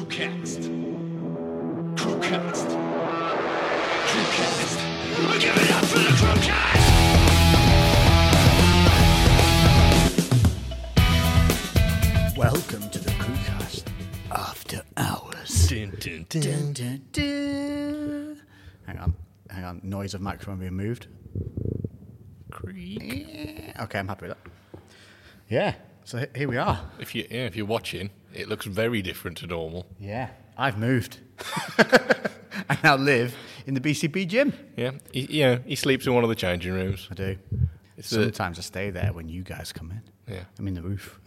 Crewcast. Crewcast. Crewcast. We're giving up for the crewcast. Welcome to the Crewcast After Hours. Dun, dun, dun. Hang on, hang on. Noise of microphone being moved. Creek. Yeah, Okay, I'm happy with that. Yeah, so he- here we are. If you yeah, if you're watching, it looks very different to normal. Yeah, I've moved. I now live in the BCB gym. Yeah, he, yeah. He sleeps in one of the changing rooms. I do. It's a- Sometimes I stay there when you guys come in. Yeah, I'm in the roof.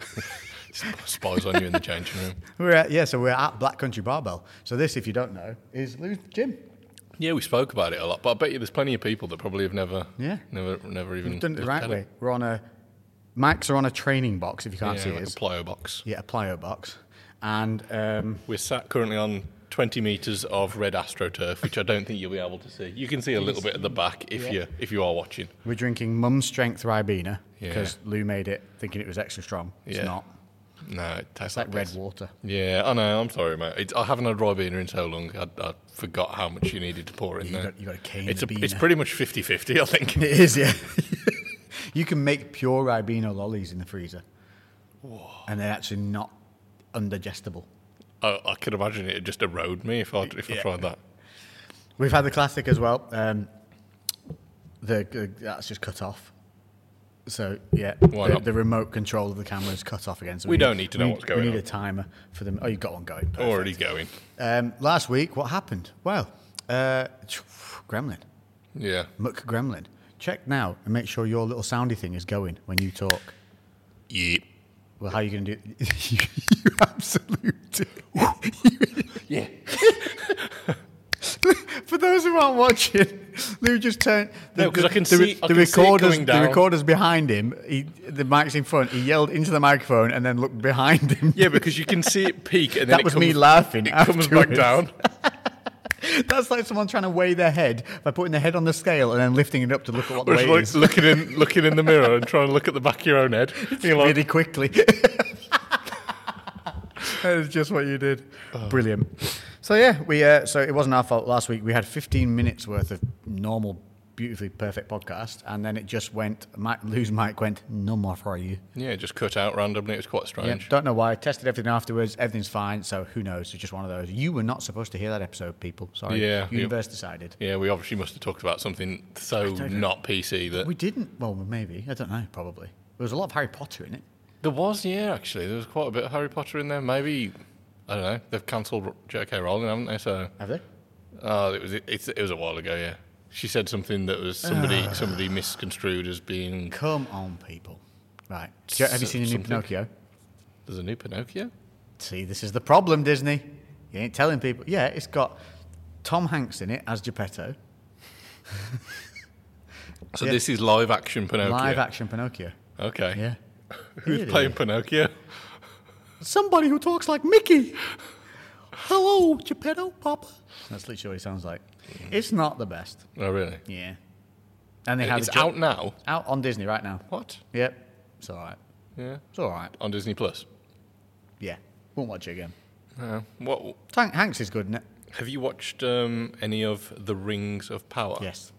Sp- spies on you in the changing room. we're at, yeah, so we're at Black Country Barbell. So this, if you don't know, is Lou's gym. Yeah, we spoke about it a lot, but I bet you there's plenty of people that probably have never, Yeah. never, never even We've done it the looked right at way. We're on a mics are on a training box. If you Yeah, can't see like it, a it's- plyo box. yeah, a plyo box, and um, We're sat currently on 20 meters of red astroturf, which I don't think you'll be able to see. You can see a little bit at the back if you if you are watching. we're drinking Mum Strength Ribena Yeah. because Lou made it thinking it was extra strong. It's Yeah. not. No, it tastes It's like red piss. water. Yeah, I know. I'm sorry, mate. It's, I haven't had Ribena in so long. I, I forgot how much you needed to pour in You there. got- you got a cane It's, and a it's beaner. pretty much 50 50, I think. It is, yeah. you can make pure Ribena lollies in the freezer, and they're actually not undigestible. I, I could imagine it would just erode me if I, if I Yeah. tried that. We've had the classic as well. Um, the, the that's just cut off. So yeah, Why the, not? the remote control of the camera is cut off again. So We don't need to know what's going We need on. a timer for them. Oh, you got one going. Perfect. Already going. Um, last week, what happened? Well, uh, Gremlin, Yeah. Muck Gremlin. Check now and make sure your little soundy thing is going when you talk. Yeah. Well, how are you going to do? you absolute. dick. Yeah. For those who aren't watching, Lou just turned. The, No, 'cause I can the, see- The I can see it recorder's, going the down. recorder's behind him. He, the mic's in front. He yelled into the microphone and then looked behind him. Yeah, because you can see it peak and then that it was comes, me laughing. it comes back afterwards. down. That's like someone trying to weigh their head by putting their head on the scale and then lifting it up to look at what the Or weight just like looking is in, looking in the mirror and trying to look at the back of your own head. And you're like, really quickly. that is just what you did. Brilliant. So yeah, we uh, so it wasn't our fault last week. We had 15 minutes worth of normal, beautifully perfect podcast, and then it just went. Mike, Lou's mic went no more for you. yeah, just cut out randomly. It was quite Yeah, strange. don't know why. Tested everything afterwards. Everything's fine. So who knows? It's just one of those. You were not supposed to hear that episode, people. Sorry. Yeah, yeah. Universe decided. Yeah, we obviously must have talked about something so not PC that We didn't. Well, maybe. I don't know. Probably. There was a lot of Harry Potter in it. There was, yeah, actually. There was quite a bit of Harry Potter in there. Maybe, I don't know, they've cancelled J.K. Rowling, haven't they? So, Have they? oh, it was, it's, it was a while ago, yeah. She said something that was somebody Ah. somebody misconstrued as being. Come on, people. Right. Jo- Have you So- seen the new something- Pinocchio? There's a new Pinocchio? See, this is the problem, Disney. You ain't telling people. Yeah, it's got Tom Hanks in it as Geppetto. So, Yeah. this is live action Pinocchio. Live action Pinocchio. Okay. Yeah. Who's Really? playing Pinocchio? Somebody who talks like Mickey. Hello, Geppetto, Papa. That's literally what he sounds like. It's not the best. Oh, really? Yeah. And they have It's the jo- out now. out on Disney right now. What? Yep. It's all right. Yeah. It's all right. On Disney Plus. Yeah. Won't watch it again. Yeah. What? Tom Hanks is good in it. Have you watched um, any of The Rings of Power? Yes.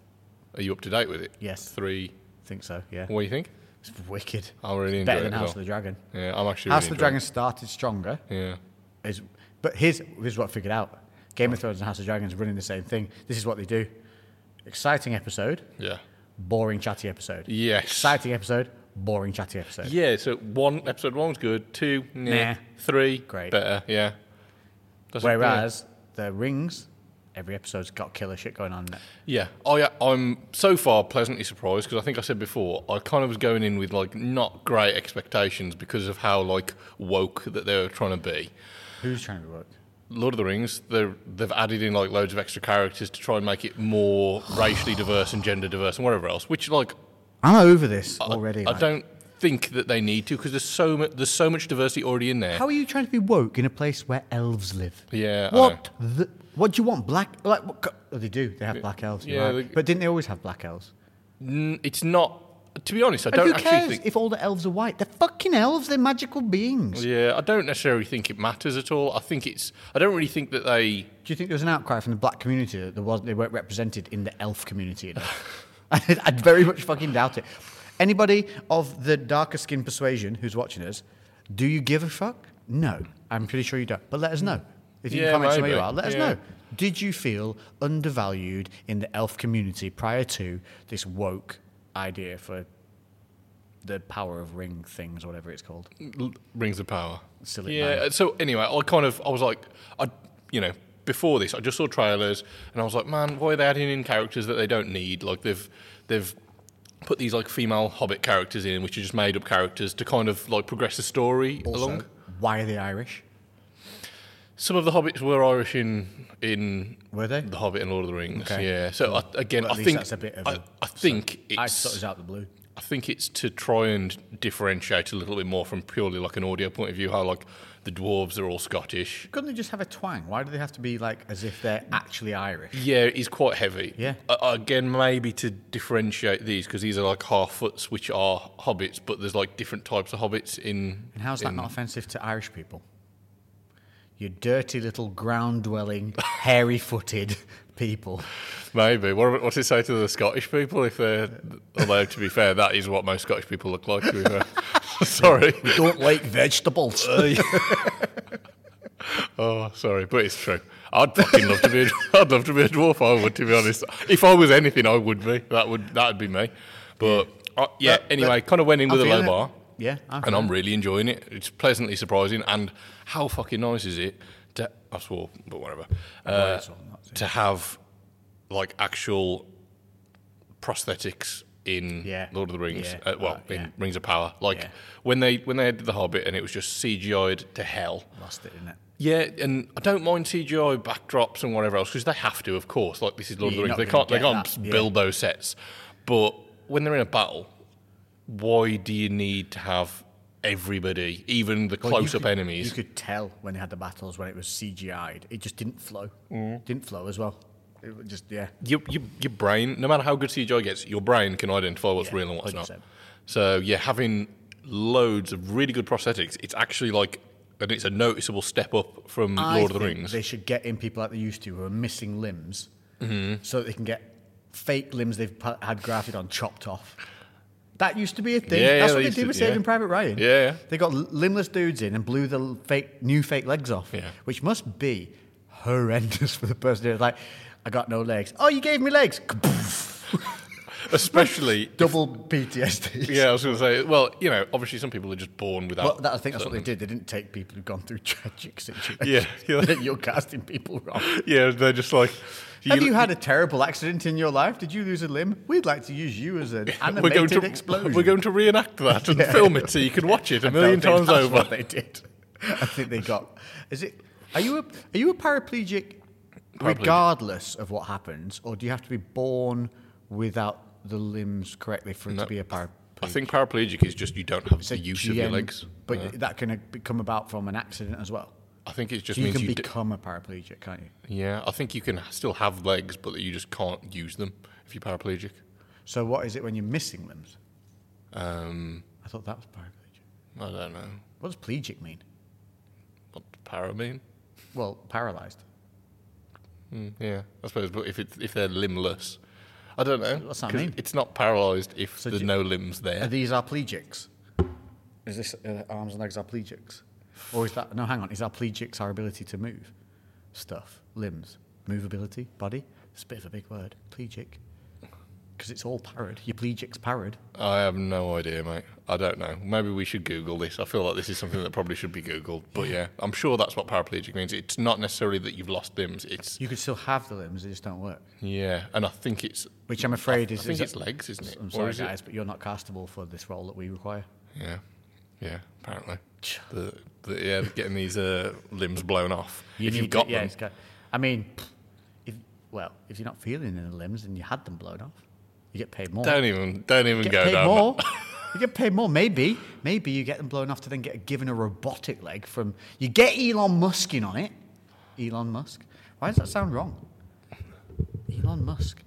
Are you up to date with it? Yes. Three. Think so. Yeah. What do you think? It's wicked. I really enjoyed Better than it. as House well. of the Dragon. Yeah, I'm actually. House really of the enjoying Dragon started stronger. it. Is, but here's, here's what I figured out Game of Thrones and House of Dragons running the same thing. This is what they do exciting episode, Yeah. Yeah. boring, chatty episode. Yes. Exciting episode, boring, chatty episode. Yeah. So one episode one was good. Two, nah. Nah. Three, Great. Better. Yeah. That's- Whereas the rings, every episode's got killer shit going on in it. Yeah. Oh, yeah. I, I'm so far pleasantly surprised because I think I said before I kind of was going in with like not great expectations because of how like woke that they were trying to be. Who's trying to work? Lord of the Rings, they're- they've added in like loads of extra characters to try and make it more racially diverse and gender diverse and whatever else, which like I'm over this I- already. I, like. don't think that they need to because there's so much there's so much diversity already in there. How are you trying to be woke in a place where elves live? Yeah, I What? The, what do you want? Black? Like what, co- oh, they do. They have black elves. yeah, Yeah. they- But didn't they always have black elves? N- it's not to be honest, I And don't who actually cares think. if all the elves are white? They're fucking elves. They're magical beings. Yeah, I don't necessarily think it matters at all. I think it's. I don't really think that they. Do you think there was an outcry from the black community that there was they weren't represented in the elf community enough? I I very much fucking doubt it. Anybody of the darker skin persuasion who's watching us, do you give a fuck? No, I'm pretty sure you don't. But let us know if you Yeah, can comment on where you maybe. are. Let us Yeah. know. Did you feel undervalued in the elf community prior to this woke idea for the power of ring things, or whatever it's called? L- Rings of Power. Silly Yeah. man. So anyway, I kind of I was like, I you know before this I just saw trailers and I was like, man, why are they adding in characters that they don't need? Like they've they've put these like female Hobbit characters in, which are just made up characters to kind of like progress the story along. So, why are they Irish? Some of the hobbits were Irish in in Were they? the Hobbit and Lord of the Rings. Okay. Yeah. So I, again, Well, at I least think that's a bit of I a- I think I it's sort of out the blue. I think it's to try and differentiate a little bit more from purely like an audio point of view, how like the dwarves are all Scottish. Couldn't they just have a twang? Why do they have to be like as if they're actually Irish? Yeah, it's quite heavy. Yeah. Uh, again, maybe to differentiate these because these are like half foots, which are hobbits, but there's like different types of hobbits in. And how's that not offensive to Irish people? You dirty little ground dwelling, hairy footed people. Maybe. What, what's it say to the Scottish people if they're. Although, to be fair, that is what most Scottish people look like, to be fair. sorry. Don't like vegetables. Oh, sorry, but it's true. I'd fucking love to be. A, I'd love to be a dwarf. I would, to be honest. If I was anything, I would be. That would that'd be me. But uh, yeah. But- anyway, but kind of went in I'm with a low feeling it. bar. Yeah, I'm and I'm really enjoying it. It's pleasantly surprising. And how fucking nice is it to? I swore, but whatever. Uh, it's all nuts, to have like actual prosthetics in Yeah. Lord of the Rings. Yeah. Uh, well, Oh, in yeah. Rings of Power. Like Yeah. when they when they did The Hobbit and it was just CGI'd to hell. Lost it, innit? Yeah, and I don't mind CGI backdrops and whatever else because they have to, of course. Like this is Lord You're of not the Rings; they gonna can't they get can't s- that, yeah. build those sets. But when they're in a battle, why do you need to have everybody, even the Well, you close-up could- enemies? You could tell when they had the battles when it was CGI'd. It just didn't flow. Didn't flow as well. It was just, yeah. your, your, your brain, no matter how good CGI gets, your brain can identify what's Yeah, real and what's not. 100%. So yeah, having loads of really good prosthetics, it's actually like, and it's a noticeable step up from I Lord of the think Rings. They should get in people like they used to who are missing limbs Mm-hmm. so that they can get fake limbs they've pa- had grafted on chopped off. That used to be a thing. Yeah, yeah, That's they what they used did to- with yeah. Saving Private Ryan. Yeah, yeah. They got l- limbless dudes in and blew the l- fake new fake legs off, Yeah. which must be horrendous for the person who's like, I got no legs. Oh, you gave me legs. Kaboof. Especially Double PTSD. Yeah, I was going to say. Well, you know, obviously some people are just born Well, without. that, I think that's what they did. They didn't take people who've gone through tragic situations. Yeah, yeah. You're casting people wrong. yeah, they're just like. Have you had a terrible accident in your life? Did you lose a limb? We'd like to use you as an animated We're going to explosion. we're going to reenact that and film it so you can watch it a I million don't times think that's over. What they did. I think they got. Is it? Are you a are you a paraplegic, regardless of what happens, or do you have to be born without the limbs correctly for it to be a paraplegic? I think paraplegic is just you don't have the use of your GN, legs. but that can uh, be- come about from an accident as well. I think it just You means can you. d- become a paraplegic, can't you? yeah, I think you can still have legs, but you just can't use them if you're paraplegic. So what is it when you're missing limbs? Um, I thought that was paraplegic. I don't know What does plegic mean? what para mean. Well, paralyzed. Mm, yeah, I suppose. But if it's if they're limbless, I don't know. What's that 'cause mean? It's not paralysed if So there's do- no limbs Are there. these paraplegics? Is this uh, arms and legs are plegics? Or is that, no, hang on, is paraplegics our ability to move stuff, limbs, movability, body? It's a bit of a big word, plegic. Because it's all parried. Your plegic's parried. I have no idea, mate. I don't know. Maybe we should Google this. I feel like this is something that probably should be Googled. But yeah, I'm sure that's what paraplegic means. It's not necessarily that you've lost limbs. It's You could still have the limbs, they just don't work. yeah, and I think it's Which I'm afraid I is. think is it's that- legs, isn't it? I'm Or sorry, is it- guys, but you're not castable for this role that we require. yeah, yeah. Apparently, the, the, yeah, getting these uh, limbs blown off if need you've to- got yeah, them. it's got- I mean, if well, if you're not feeling in the limbs and you had them blown off, you get paid more. Don't even don't even you get go paid down. that- more. you get paid more. Maybe, maybe you get them blown off to then get given a robotic leg from. You get Elon Musk in on it. Elon Musk. Why does that sound wrong? Elon Musk.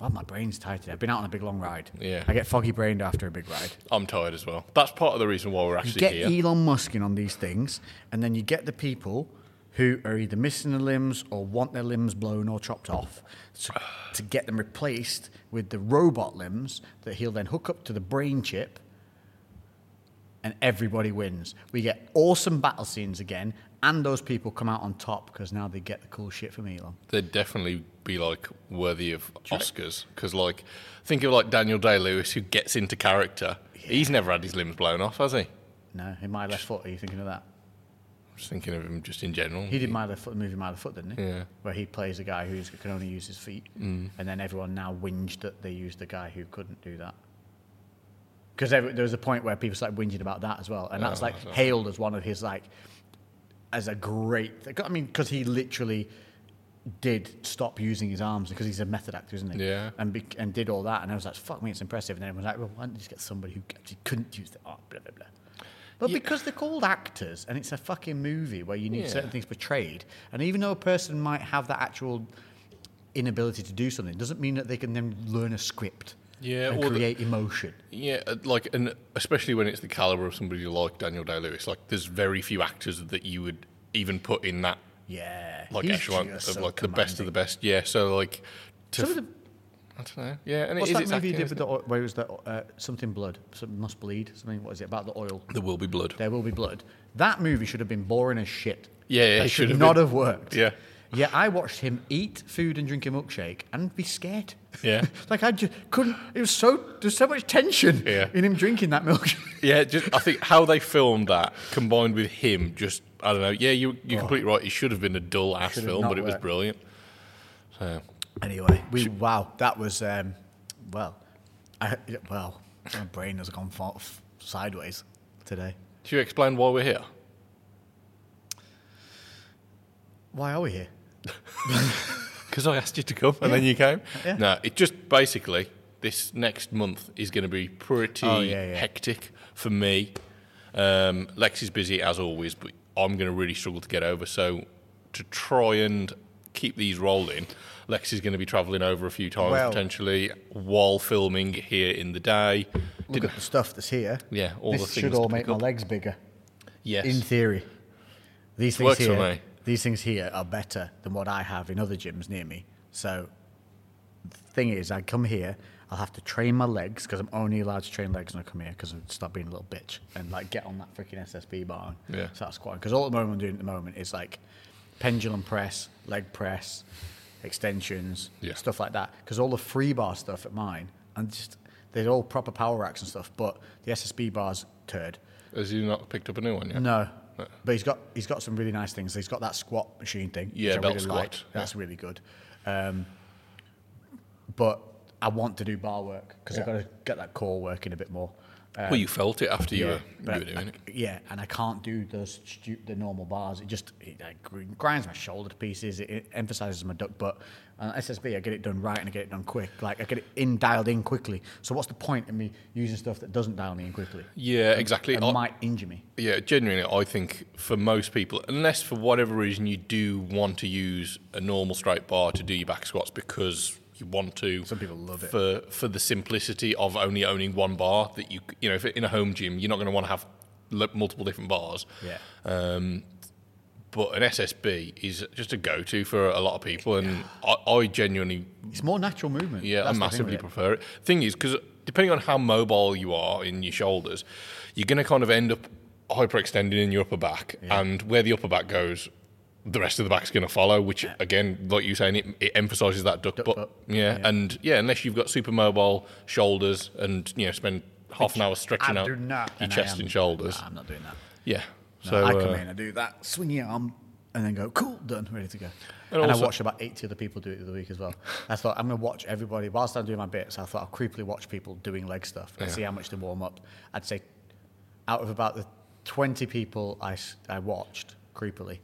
Well, my brain's tired today. I've been out on a big long ride. Yeah. I get foggy brained after a big ride. I'm tired as well. That's part of the reason why we're You actually get here. Elon Musk in on these things, and then you get the people who are either missing their limbs or want their limbs blown or chopped off to, to get them replaced with the robot limbs that he'll then hook up to the brain chip, and everybody wins. We get awesome battle scenes again, and those people come out on top because now they get the cool shit from Elon. They'd definitely be like worthy of Oscars because, like, think of like Daniel Day Lewis who gets into character. He's never had his limbs blown off, has he? No, in my left foot, are you thinking of that? I'm just thinking of him just in general. He did My Left Foot, the movie My Left Foot, didn't he? Yeah. Where he plays a guy who can only use his feet, mm. and then everyone now whinged that they used the guy who couldn't do that. Because there was a point where people started whinging about that as well, and that's Oh, like that's awesome. hailed as one of his like as a great. Thing. I mean, because he literally did stop using his arms because he's a method actor, isn't he? Yeah. And bec and did all that, and I was like, "Fuck me, it's impressive." And everyone was like, "Well, why don't you just get somebody who actually couldn't use the art?" Blah blah blah. But Yeah. because they're called actors, and it's a fucking movie where you need Yeah. certain things portrayed, and even though a person might have that actual inability to do something, doesn't mean that they can then learn a script. Yeah, and or the- create emotion. Yeah, uh, like, and especially when it's the caliber of somebody like Daniel Day Lewis, like, there's very few actors that you would even put in that Yeah, like he's echelon of just so like the best of the commanding. best. Yeah, so like, to Some of f- I don't know. Yeah, and What's it is that it's movie you acting, did isn't with the oil, where it was the uh, something blood, something must bleed, something? What is it about the oil? it? There will be blood. There will be blood. That movie should have been boring as shit. Yeah, yeah, They it should have not been. have worked. Yeah. Yeah, I watched him eat food and drink a milkshake and be scared. Yeah. like I just couldn't. It was so there's so much tension Yeah. in him drinking that milkshake. Yeah, just I think how they filmed that combined with him, just I don't know. Yeah, you you're completely right. It should have been a dull ass Oh. should have film, not but it was worked. brilliant. So Anyway, we wow, that was um, well, I, well, my brain has gone fa- f- sideways today. should you explain why we're here? Why are we here? Because I asked you to come, and then you came. Yeah. No, it just basically this next month is going to be pretty Oh, yeah, yeah. hectic for me. Um, Lex is busy as always, but I'm going to really struggle to get over. So to try and keep these rolling, Lex is going to be travelling over a few times Well- potentially while filming here in the day. Look at the stuff that's here. Yeah, all this the things should to all pick make my up. legs bigger. Yes. In theory, these things Works for here, me. these things here are better than what I have in other gyms near me. So, the thing is, I come here, I'll have to train my legs because I'm only allowed to train legs when I come here because I stop being a little bitch and like get on that freaking SSB bar. And Yeah. So that's quite because all at the moment I'm doing at the moment is like pendulum press, leg press, extensions, Yeah. stuff like that. Because all the free bar stuff at mine and just they're all proper power racks and stuff, but the SSB bars turd. Has you not picked up a new one yet? No. But he's got he's got some really nice things. He's got that squat machine thing. Yeah, which I belt really squat. like. That's really good. Um, but I want to do bar work because I've got to get that core working a bit more. Uh, well, you felt it after you, were, but uh, you were doing it. yeah, and I can't do those stu- the normal bars. It just it, like, gr- grinds my shoulder to pieces. It, it emphasizes my duck butt. And SSB, I get it done right and I get it done quick. Like I get it in dialed in quickly. So what's the point in me using stuff that doesn't dial me in quickly? Yeah, exactly. It I- might injure me. Yeah, genuinely, I think for most people, unless for whatever reason you do want to use a normal straight bar to do your back squats because you want to. Some people love it. for for the simplicity of only owning one bar. That you you know, if in a home gym, you're not going to want to have lo- multiple different bars. Yeah. Um, but an SSB is just a go-to for a lot of people, and I, I genuinely It's more natural movement. yeah, I That's the thing massively with it. prefer it. Thing is, because depending on how mobile you are in your shoulders, you're going to kind of end up hyperextending in your upper back, and where the upper back goes, the rest of the back's going to follow. Which again, like you were saying, it, it emphasises that duck, butt. butt. Yeah, and yeah, unless you've got super mobile shoulders and you know spend half an hour stretching I out do not. your I chest am- and shoulders. Nah, I'm not doing that. Yeah, No, so I come uh, in, I do that, swing your arm, and then go, cool, done, ready to go. And, And I also- watched about 80 other people do it the other week as well. I thought, I'm going to watch everybody. Whilst I'm doing my bits, I thought I'll creepily watch people doing leg stuff and Yeah. see how much they warm up. I'd say out of about the 20 people I, s- I watched creepily,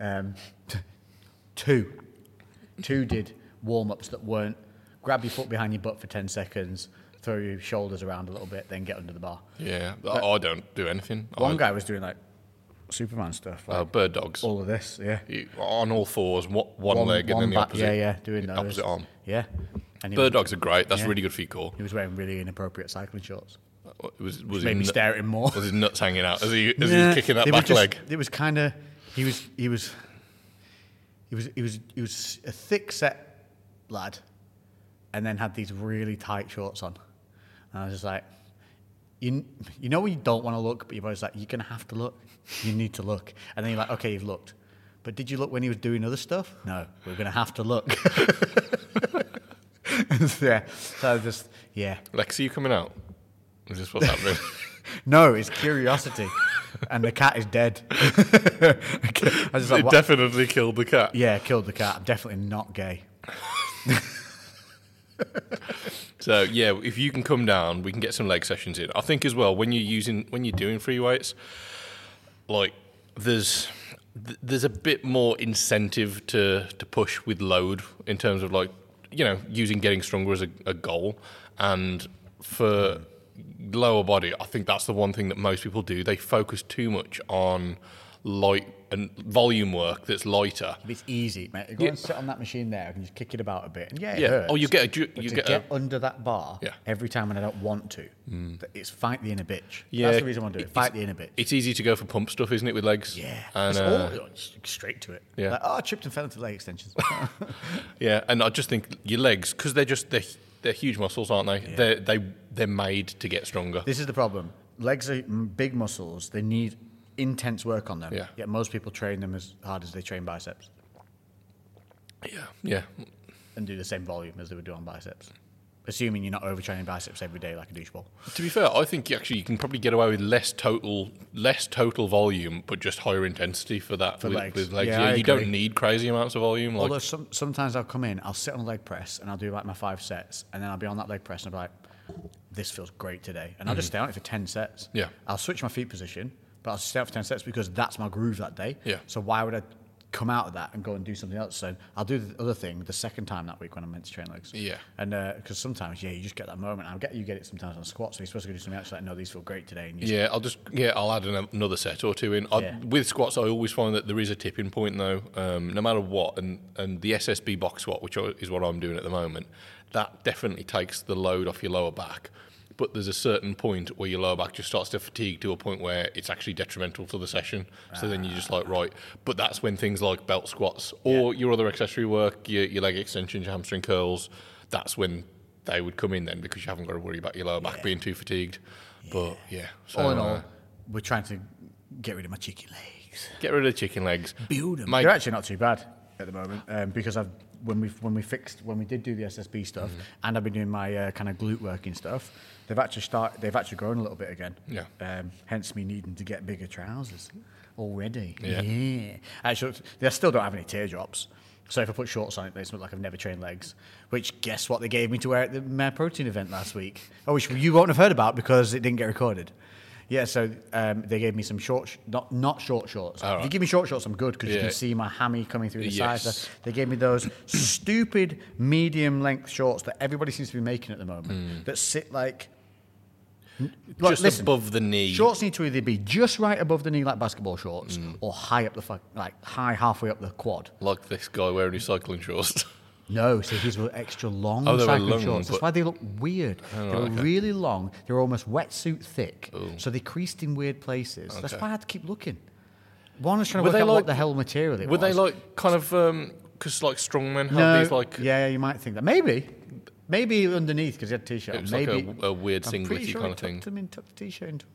um, two, two did warm ups that weren't grab your foot behind your butt for 10 seconds, throw your shoulders around a little bit, then get under the bar. yeah, I I don't do anything. One I, guy was doing like Superman stuff, like uh, bird dogs. all of this, yeah. You- on all fours, one, one leg and then the back- opposite. Yeah, yeah, doing those. opposite arm. Yeah. And he was- Bird dogs are great. That's Yeah. really good for your core. He was wearing really inappropriate cycling shorts. It was was Made his me nut- stare at him more. Was his nuts hanging out as he as he Nah, was kicking that they were back just- leg? It was kind of he was he was he was he was he was a thick set lad, and then had these really tight shorts on, and I was just like. You, you know you don't want to look, but you're always like, you're going to have to look. You need to look. And then you're like, okay, you've looked. But did you look when he was doing other stuff? No, we're going to have to look. yeah. So I just, yeah. Lexi, you coming out? Is this what's happening? No, it's curiosity. and the cat is dead. Okay, I was just like, it "What?" definitely killed the cat. yeah, killed the cat. I'm definitely not gay. So yeah, if you can come down, we can get some leg sessions in. I think as well when you're using when you're doing free weights, like there's th- there's a bit more incentive to to push with load in terms of like you know using getting stronger as a, a goal and for lower body i think that's the one thing that most people do they focus too much on light and volume work that's lighter But it's easy, mate. You Go and sit on that machine there. I can just kick it about a bit. And yeah, it yeah hurts. or you get a ju- But you to get, get, a, under that bar Yeah. Mm. every time when I don't want to, th- it's fight the inner bitch. Yeah, That's the reason I want to do it. it's- Fight the inner bitch. it's easy to go for pump stuff isn't it with legs yeah. and it's uh, all, it's straight to it. yeah. Like, oh, I tripped and fell into leg extensions. Yeah, and I just think your legs because they're just they're, they're huge muscles, aren't they? They're, they they're made to get stronger. This is the problem. Legs are m- big muscles. They need intense work on them. Yeah. Yet most people train them as hard as they train biceps yeah, yeah, and do the same volume as they would do on biceps. Assuming you're not overtraining biceps every day like a doucheball. To be fair, I think you actually you can probably get away with less total less total volume, but just higher intensity for that For with legs. with legs. Yeah, I you agree. don't need crazy amounts of volume. Like Although some, sometimes I'll come in, I'll sit on a leg press and I'll do like my five sets, and then I'll be on that leg press and I'll be like, this feels great today. And I'll just stay on it for 10 sets. Yeah. I'll switch my feet position, but I'll stay on it for 10 sets because that's my groove that day. Yeah. So why would I come out of that and go and do something else? So I'll do the other thing the second time that week when I'm meant to train legs. Yeah. And because sometimes, yeah, you just get that moment. I get you get it sometimes on squats, so you're supposed to go do something else. Like, no, these feel great today. And you yeah, I'll just yeah I'll add an, another set or two in. I, Yeah. With squats, I always find that there is a tipping point though, um, no matter what. And and the SSB box squat, which I- is what I'm doing at the moment, that definitely takes the load off your lower back. But there's a certain point where your lower back just starts to fatigue to a point where it's actually detrimental to the session. So then you're just like, right. But that's when things like belt squats or your other accessory work, your, your leg extensions, your hamstring curls, that's when they would come in then because you haven't got to worry about your lower back being too fatigued. But yeah. So, all in uh, all, we're trying to get rid of my cheeky legs. Get rid of chicken legs. build them. Mate- They're actually not too bad at the moment um, because I've when we when we fixed when we did do the SSB stuff Mm-hmm. and I've been doing my uh, kind of glute working stuff. They've actually start. They've actually grown a little bit again. Yeah. Um, hence me needing to get bigger trousers already. Yeah. Actually, they still don't have any teardrops. So if I put shorts on it, they look like I've never trained legs. Which guess what they gave me to wear at the Mare Protein event last week? Oh, which you won't have heard about because it didn't get recorded. Yeah, so um, they gave me some short, sh- not not short shorts. All If you right. give me short shorts, I'm good because you Yeah. can see my hammy coming through the sides. Yes. They gave me those stupid medium length shorts that everybody seems to be making at the moment that sit like. n- Like, Hmm. just listen, above the knee. Shorts need to either be just right above the knee, like basketball shorts, Hmm. or high up the fuck, like high halfway up the quad. Like this guy wearing his cycling shorts. No, so these were extra long Oh, they were cycling long, shorts. That's but- why they look weird. They were really long. They were almost wetsuit thick. So they creased in weird places. That's Okay. why I had to keep looking. One was trying to Were work they out what like- the hell material it Were was. they like kind of because like strongmen have no, these like yeah, you might think that. Maybe. Maybe underneath because he had a t-shirt. it was Maybe. like a, a weird I'm pretty singlety sure kind he of thing. Hmm. tucked him in, tucked the t-shirt into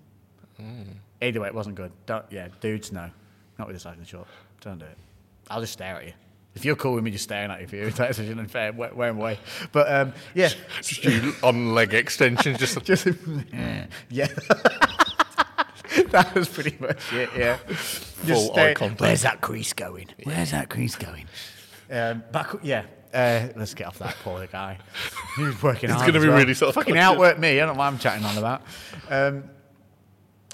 Either way, it wasn't good. Don't, yeah, dudes, no. Not with a cycling short. Don't do it. I'll just stare at you. If you're cool with me just staring at you, if you're irritated and fair, wear wear 'em away. But um, yeah, Stu on leg extensions, just just Mm. yeah. that was pretty much it. Yeah, uh, Full eye stare- contact. Where's that crease going? Where's that crease going? Um, back, yeah. Uh, let's get off that poor guy. He was working. It's gonna be really sort of- fucking outwork me. I don't know what I'm chatting on about. Um,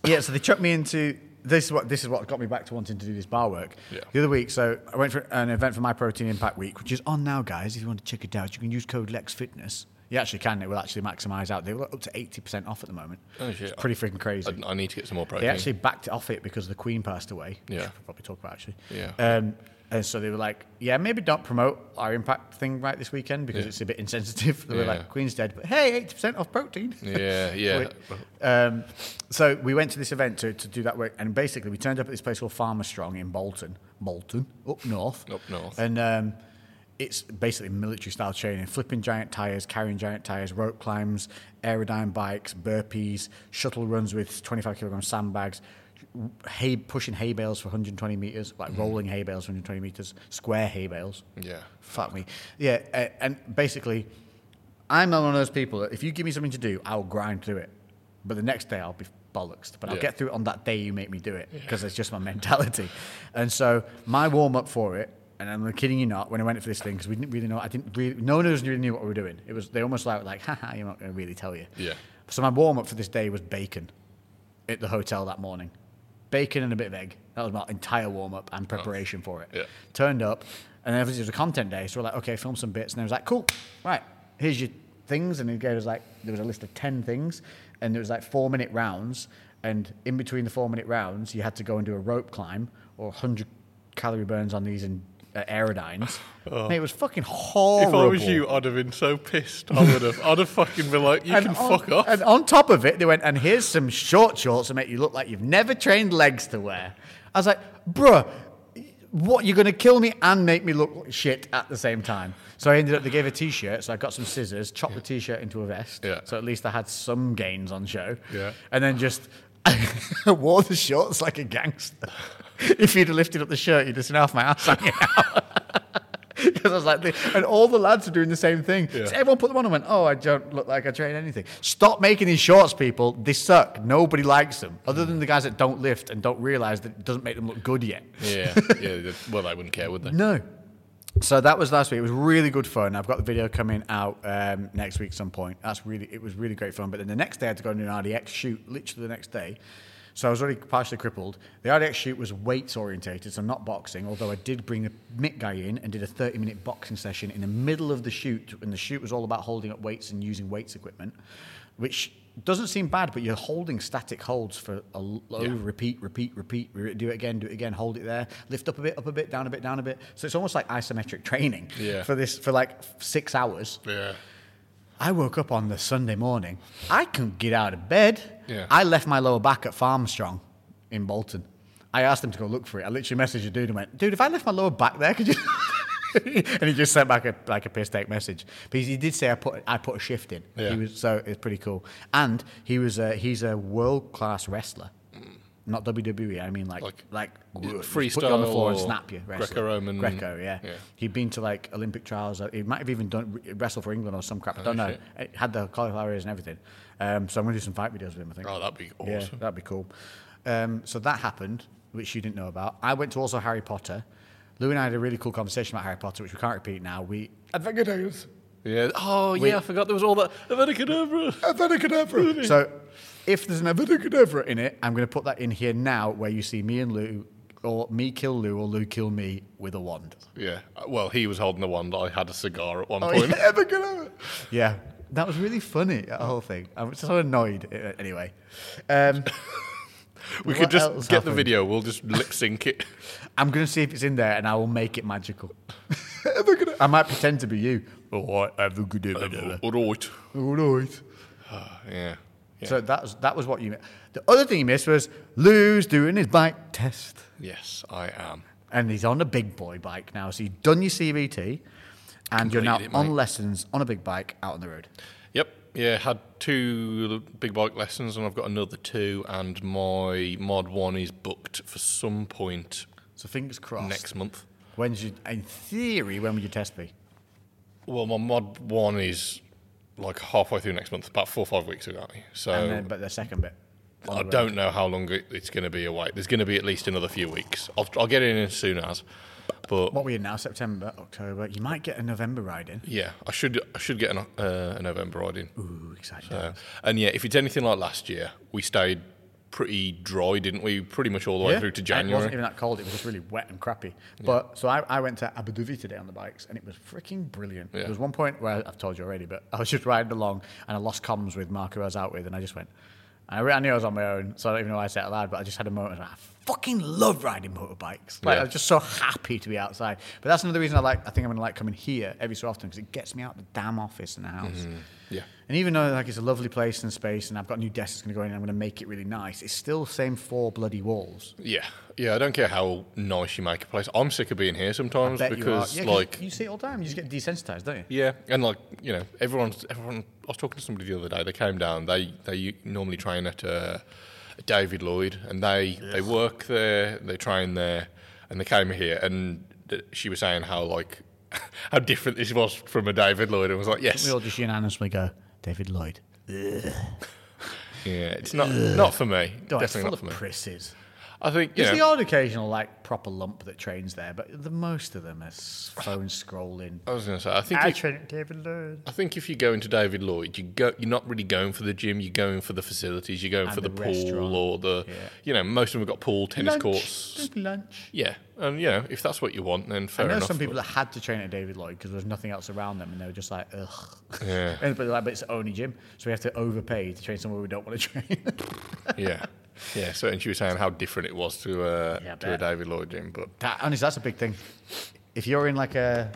yeah, so they chucked me into this. Is what this is what got me back to wanting to do this bar work. Yeah. The other week, so I went for an event for my Protein Impact Week, which is on now, guys. If you want to check it out, you can use code LexFitness. You actually can. It will actually maximise out. They were up to eighty percent off at the moment. Oh, shit. It's pretty freaking crazy. I, I need to get some more protein. They actually backed it off it because the Queen passed away. which Yeah. we'll probably talk about actually. Yeah. Um, And so they were like, yeah, maybe don't promote our impact thing right this weekend because Yeah. it's a bit insensitive. They were Yeah. like, Queen's dead, but hey, 80% off protein. Yeah, yeah. um, so we went to this event to, to do that work, and basically we turned up at this place called Farmer Strong in Bolton, Bolton, up north. Up north. And um, it's basically military style training flipping giant tires, carrying giant tires, rope climbs, aerodyne bikes, burpees, shuttle runs with 25 kilogram sandbags. Hay, pushing hay bales for 120 meters, like Mm-hmm. rolling hay bales for 120 meters, square hay bales. Yeah. Fuck me. Yeah, uh, and basically, I'm one of those people that if you give me something to do, I'll grind through it. But the next day, I'll be bollocks. But I'll Yeah. get through it on that day you make me do it because it's just my mentality. And so my warm up for it, and I'm kidding you not, when I went for this thing because we didn't really know, I didn't really, no one really knew what we were doing. It was they almost like like, haha, you're not going to really tell you. Yeah. So my warm up for this day was bacon at the hotel that morning. Bacon and a bit of egg. That was my entire warm up and preparation for it. Yeah. Turned up, and then obviously it was a content day, so we're like, okay, film some bits. And I was like, cool, right, here's your things. And he gave us like, there was a list of 10 things, and there was like four minute rounds. And in between the four minute rounds, you had to go and do a rope climb or 100 calorie burns on these in uh, aerodynes. Mate, it was fucking Oh. If horrible. I was you, I'd have been so pissed. I would have. I'd have fucking been like, you can on, fuck off. And on top of it, they went, and here's some short shorts to make you look like you've never trained legs to wear. I was like, bruh, what, you're going to kill me and make me look shit at the same time. So I ended up, they gave a t shirt, so I got some scissors, chopped the t shirt into a vest. Yeah. So at least I had some gains on show. Yeah. And then just wore the shorts like a gangster. if you'd have lifted up the shirt, you'd have seen half my ass hanging out. Because I was like, and all the lads are doing the same thing. Yeah. So everyone put them on and went, "Oh, I don't look like I train anything." Stop making these shorts, people. They suck. Nobody likes them, other than the guys that don't lift and don't realize that it doesn't make them look good yet. yeah, yeah. th- Well, they wouldn't care, would they? No. So that was last week. It was really good fun. I've got the video coming out um, next week some point. That's really it was really great fun. But then the next day I had to go and do an RDX shoot, literally the next day. So I was already partially crippled. The RDX shoot was weights orientated, so not boxing. Although I did bring the mitt guy in and did a 30 minute boxing session in the middle of the shoot, and the shoot was all about holding up weights and using weights equipment, which doesn't seem bad. But you're holding static holds for a l- over repeat, repeat, repeat, re- do it again, do it again, hold it there, lift up a bit, up a bit, down a bit, down a bit. So it's almost like isometric training Yeah. for this for like six hours. Yeah. I woke up on the Sunday morning. I couldn't get out of bed. Yeah. I left my lower back at Farmstrong in Bolton. I asked him to go look for it. I literally messaged a dude and went, "Dude, if I left my lower back there, could you?" and he just sent back a like a piss take message because he did say I put I put a shift in. Yeah. He was so it's pretty cool. And he was a, he's a world class wrestler. Not WWE. I mean like like, Like, put you on the floor and freestyle or snap you. wrestler. Greco-Roman- Greco, yeah. Yeah. He'd been to like Olympic trials. He might have even done wrestle for England or some crap. I don't know. Oh, shit. It had the cauliflower ears and everything. Um, so I'm going to do some fight videos with him. I think. Oh, that'd be yeah, awesome. that'd be cool. Um, so that happened, which you didn't know about. I went to also Harry Potter. Lou and I had a really cool conversation about Harry Potter, which we can't repeat now. We Adventures. Yeah. Oh, yeah. I forgot there was all that Avada Avada So, if there's an Avada Kedavra in it, I'm going to put that in here now, where you see me and Lou, or me kill Lou, or Lou kill me with a wand. Yeah. Uh, Well, he was holding the wand. I had a cigar at one Oh, point. yeah, Abracadabra. Yeah, that was really funny. That whole thing. I was so annoyed. Uh, Anyway, um, We What could just else get happened? the video. We'll just lip sync it. I'm gonna see if it's in there, and I will make it magical. Abracadabra. I might pretend to be you. All right, Abracadabra. all right. All right. Yeah. yeah. So that was that was what you. mi- The other thing you missed was Lou's doing his bike test. yes, I am. and he's on a big boy bike now. So you've done your CBT, and you're now Completed it, mate. on lessons on a big bike out on the road. Yep. Yeah, had two big bike lessons, and I've got another two, and my mod one is booked for some point So fingers crossed. next month. When's your, in theory, when would your test be? Well, my mod one is like halfway through next month, about four or five weeks ago. So And then, but the second bit. on I the road. don't know how long it- it's going to be away. There's going to be at least another few weeks. I'll, I'll get in as soon as, but What were you now? September, October. You might get a November ride in. yeah, I should I should get an, uh, a November ride in. Ooh, exciting. Uh, and yeah, if it's anything like last year, we stayed pretty dry, didn't we? Pretty much all the way Yeah. through to And It wasn't January. even that cold. It was just really wet and crappy. But so I, I went to Abu Dhabi today on the bikes, and it was freaking brilliant. Yeah. There was one point where I've told you already, but I was just riding along, and I lost comms with Mark, who I was out with, and I just went. I, re- I knew I was on my own, so I don't even know why I said it aloud, but I just had a moment. Of, ah, fucking love riding motorbikes. Like Yeah. I'm just so happy to be outside. But that's another reason I like. I think I'm gonna like coming here every so often because it gets me out the damn office and the house. Yeah. And even though like it's a lovely place and space, and I've got a new desk that's gonna go in, and I'm gonna make it really nice. It's still the same four bloody walls. Yeah, yeah. I don't care how nice you make a place. I'm sick of being here sometimes Bet you are- because, yeah, 'cause like, you see it all the time. You just get desensitized, don't you? yeah, and like you know, everyone's everyone. I was talking to somebody the other day. They came down. They they normally train at uh, David Lloyd, and they they work there. They train there, and they came here, and th- she was saying how like how different this was from a David Lloyd. And I was like, yes, We all just unanimously go, David Lloyd. yeah, it's not not for me. Oh, it's Definitely full not of for me. prisses. I think you There's know, the odd occasional like proper lump that trains there, but the most of them are s- phone scrolling. I was going to say, I think I if- train at David Lloyd. I think if you go into David Lloyd, you go. You're not really going for the gym. You're going for the facilities. You're going for the, the pool restaurant. or the. You know, most of them have got pool, tennis lunch, courts. just lunch. Yeah, and you know, if that's what you want, then I fair know enough. some people but- that had to train at David Lloyd because there was nothing else around them, and they were just like, ugh. Yeah. And, but, they're like, but it's the only gym, so we have to overpay to train somewhere we don't want to train. yeah, yeah. So, and she was saying how different it was to uh, Yeah, I to a bet. David Lloyd gym, but that, honestly, that's a big thing. If you're in like a,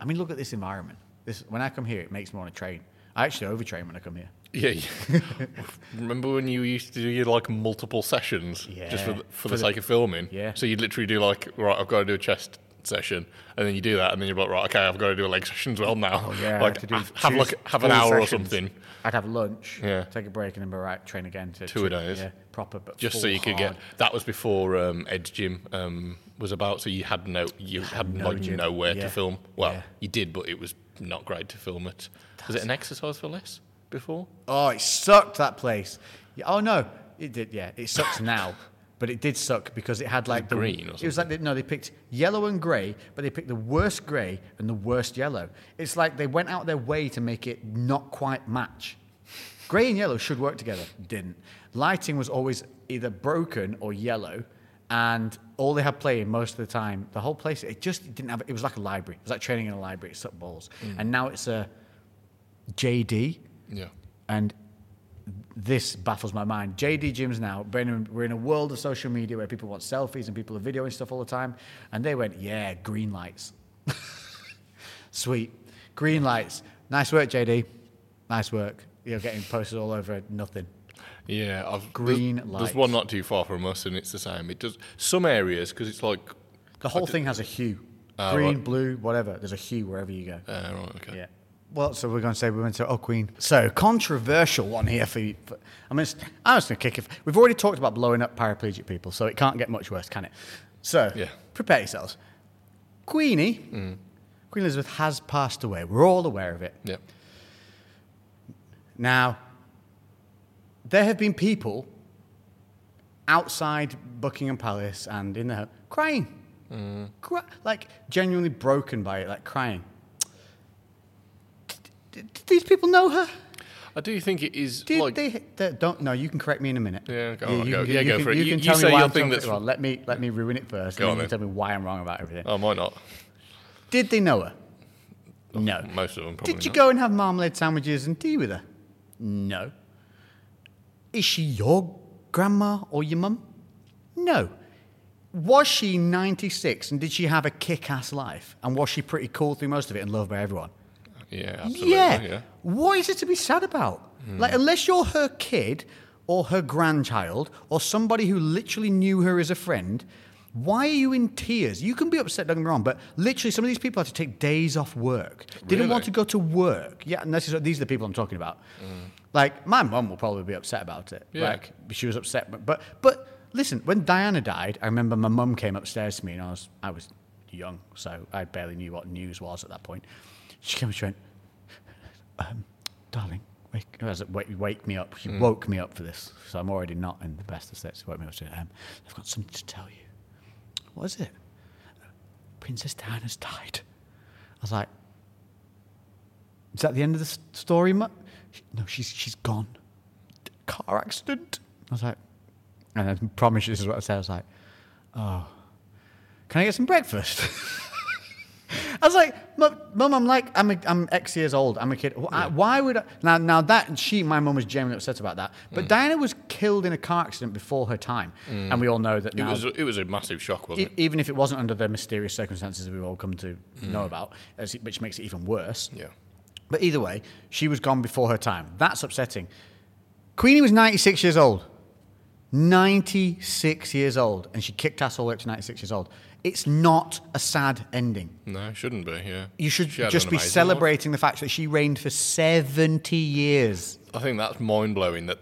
I mean, look at this environment. This when I come here, it makes me want to train. I actually overtrain when I come here. yeah. yeah. Remember when you used to do your like multiple sessions just for Yeah. the, for, the, sake of filming? Yeah. So you'd literally do like, right, I've got to do a chest session, and then you do that, and then you're like, right, okay, I've got to do a leg session as well now. Oh, Yeah, I like had to do have, have two like s- have an full hour or sessions. something. I'd have lunch, Yeah. take a break, and then be right train again to Two a days. yeah, proper, but just so full you could hard. get that was before um, Ed's gym um, was about, so you had no you had, no like gym. nowhere Yeah. to film. Well, Yeah. you did, but it was not great to film it. Was it an exercise for less before? Oh, it sucked that place. Yeah, oh no, it did. Yeah, it sucks now, but it did suck because it had like the green or It was like they, no, they picked yellow and grey, but they picked the worst grey and the worst yellow. It's like they went out their way to make it not quite match. Grey and yellow should work together. Didn't. Lighting was always either broken or yellow, and all they had playing most of the time, the whole place, it just didn't have. It was like a library. It was like training in a library. It sucked balls. Mm. And now it's a JD, Yeah. and this baffles my mind. JD gyms now, we're in, we're in a world of social media where people want selfies and people are videoing stuff all the time. And they went, yeah, green lights. Sweet. Green lights. Nice work, JD. Nice work. You're getting posted all over nothing. Yeah, I've, Green there's, lights. There's one not too far from us, and it's the same. It does some areas because it's like The whole thing has a hue Ah, green, right. blue, whatever. There's a hue wherever you go. uh, right, okay. Yeah. Well, so we're going to say we went to Oh Queen. So controversial one here for you. For, I mean, it's- I'm just going to kick it. We've already talked about blowing up paraplegic people, so it can't get much worse, can it? So Yeah. Mm. prepare yourselves. Queenie, Queen Elizabeth has passed away. We're all aware of it. Yeah. Now, there have been people outside Buckingham Palace and in the ho- crying, Mm. Cry- like genuinely broken by it, like crying. D- d- Did these people know her? I do think it is Did like they, they? Don't know. You can correct me in a minute. Yeah, go you, on, you go- can- yeah, you go can- for it. You You- can you tell say me why your I'm thing talking that's- wrong. Let me let me ruin it first. Go and on then you then. can tell me why I'm wrong about everything. oh, might not. Did they know her? No. Most of them probably. Did you not. go and have marmalade sandwiches and tea with her? No. Is she your grandma or your mum? No. Was she 96 and did she have a kick ass life? And was she pretty cool through most of it and loved by everyone? Yeah, absolutely. yeah. Yeah. Hmm. What is it to be sad about? Like, unless you're her kid or her grandchild or somebody who literally knew her as a friend, why are you in tears? You can be upset, don't get me wrong, but literally some of these people had to take days off work. Didn't want Really? to go to work. Yeah, and this is, these are the people I'm talking about. Like, my mum will probably be upset about it. Yeah. Like, she was upset. But, but, but listen, when Diana died, I remember my mum came upstairs to me and I was, I was young, so I barely knew what news was at that point. She came up to me and she went, "Um, darling, wake, as it wake, wake me up. She woke me up for this, so I'm already not in the best of states. She woke me up. She said, um, I've got something to tell you. What is it? "Uh, Princess Diana's died. I was like, is that the end of the s- story, Mum? No, she's she's gone. D- Car accident. I was like, and I promise you this is what I said. I was like, oh, can I get some breakfast? I I was like, "Mum, Mum, I'm like, I'm a, I'm X years old. I'm a kid. Wh- I- Why would I? now? Now that she, my mum was genuinely upset about that. But Mm. Diana was killed in a car accident before her time, and we all know that It now. was it was a massive shock, wasn't e- it? even if it wasn't under the mysterious circumstances that we've all come to Mm. know about, as it- which makes it even worse. Yeah. But either way, she was gone before her time. That's upsetting. Queenie was 96 years old. 96 years old. And she kicked ass all the way up to 96 years old. It's not a sad ending. No, shouldn't be. Yeah. You should She had just an be amazing life. celebrating the fact that she reigned for 70 years. I think that's mind blowing that,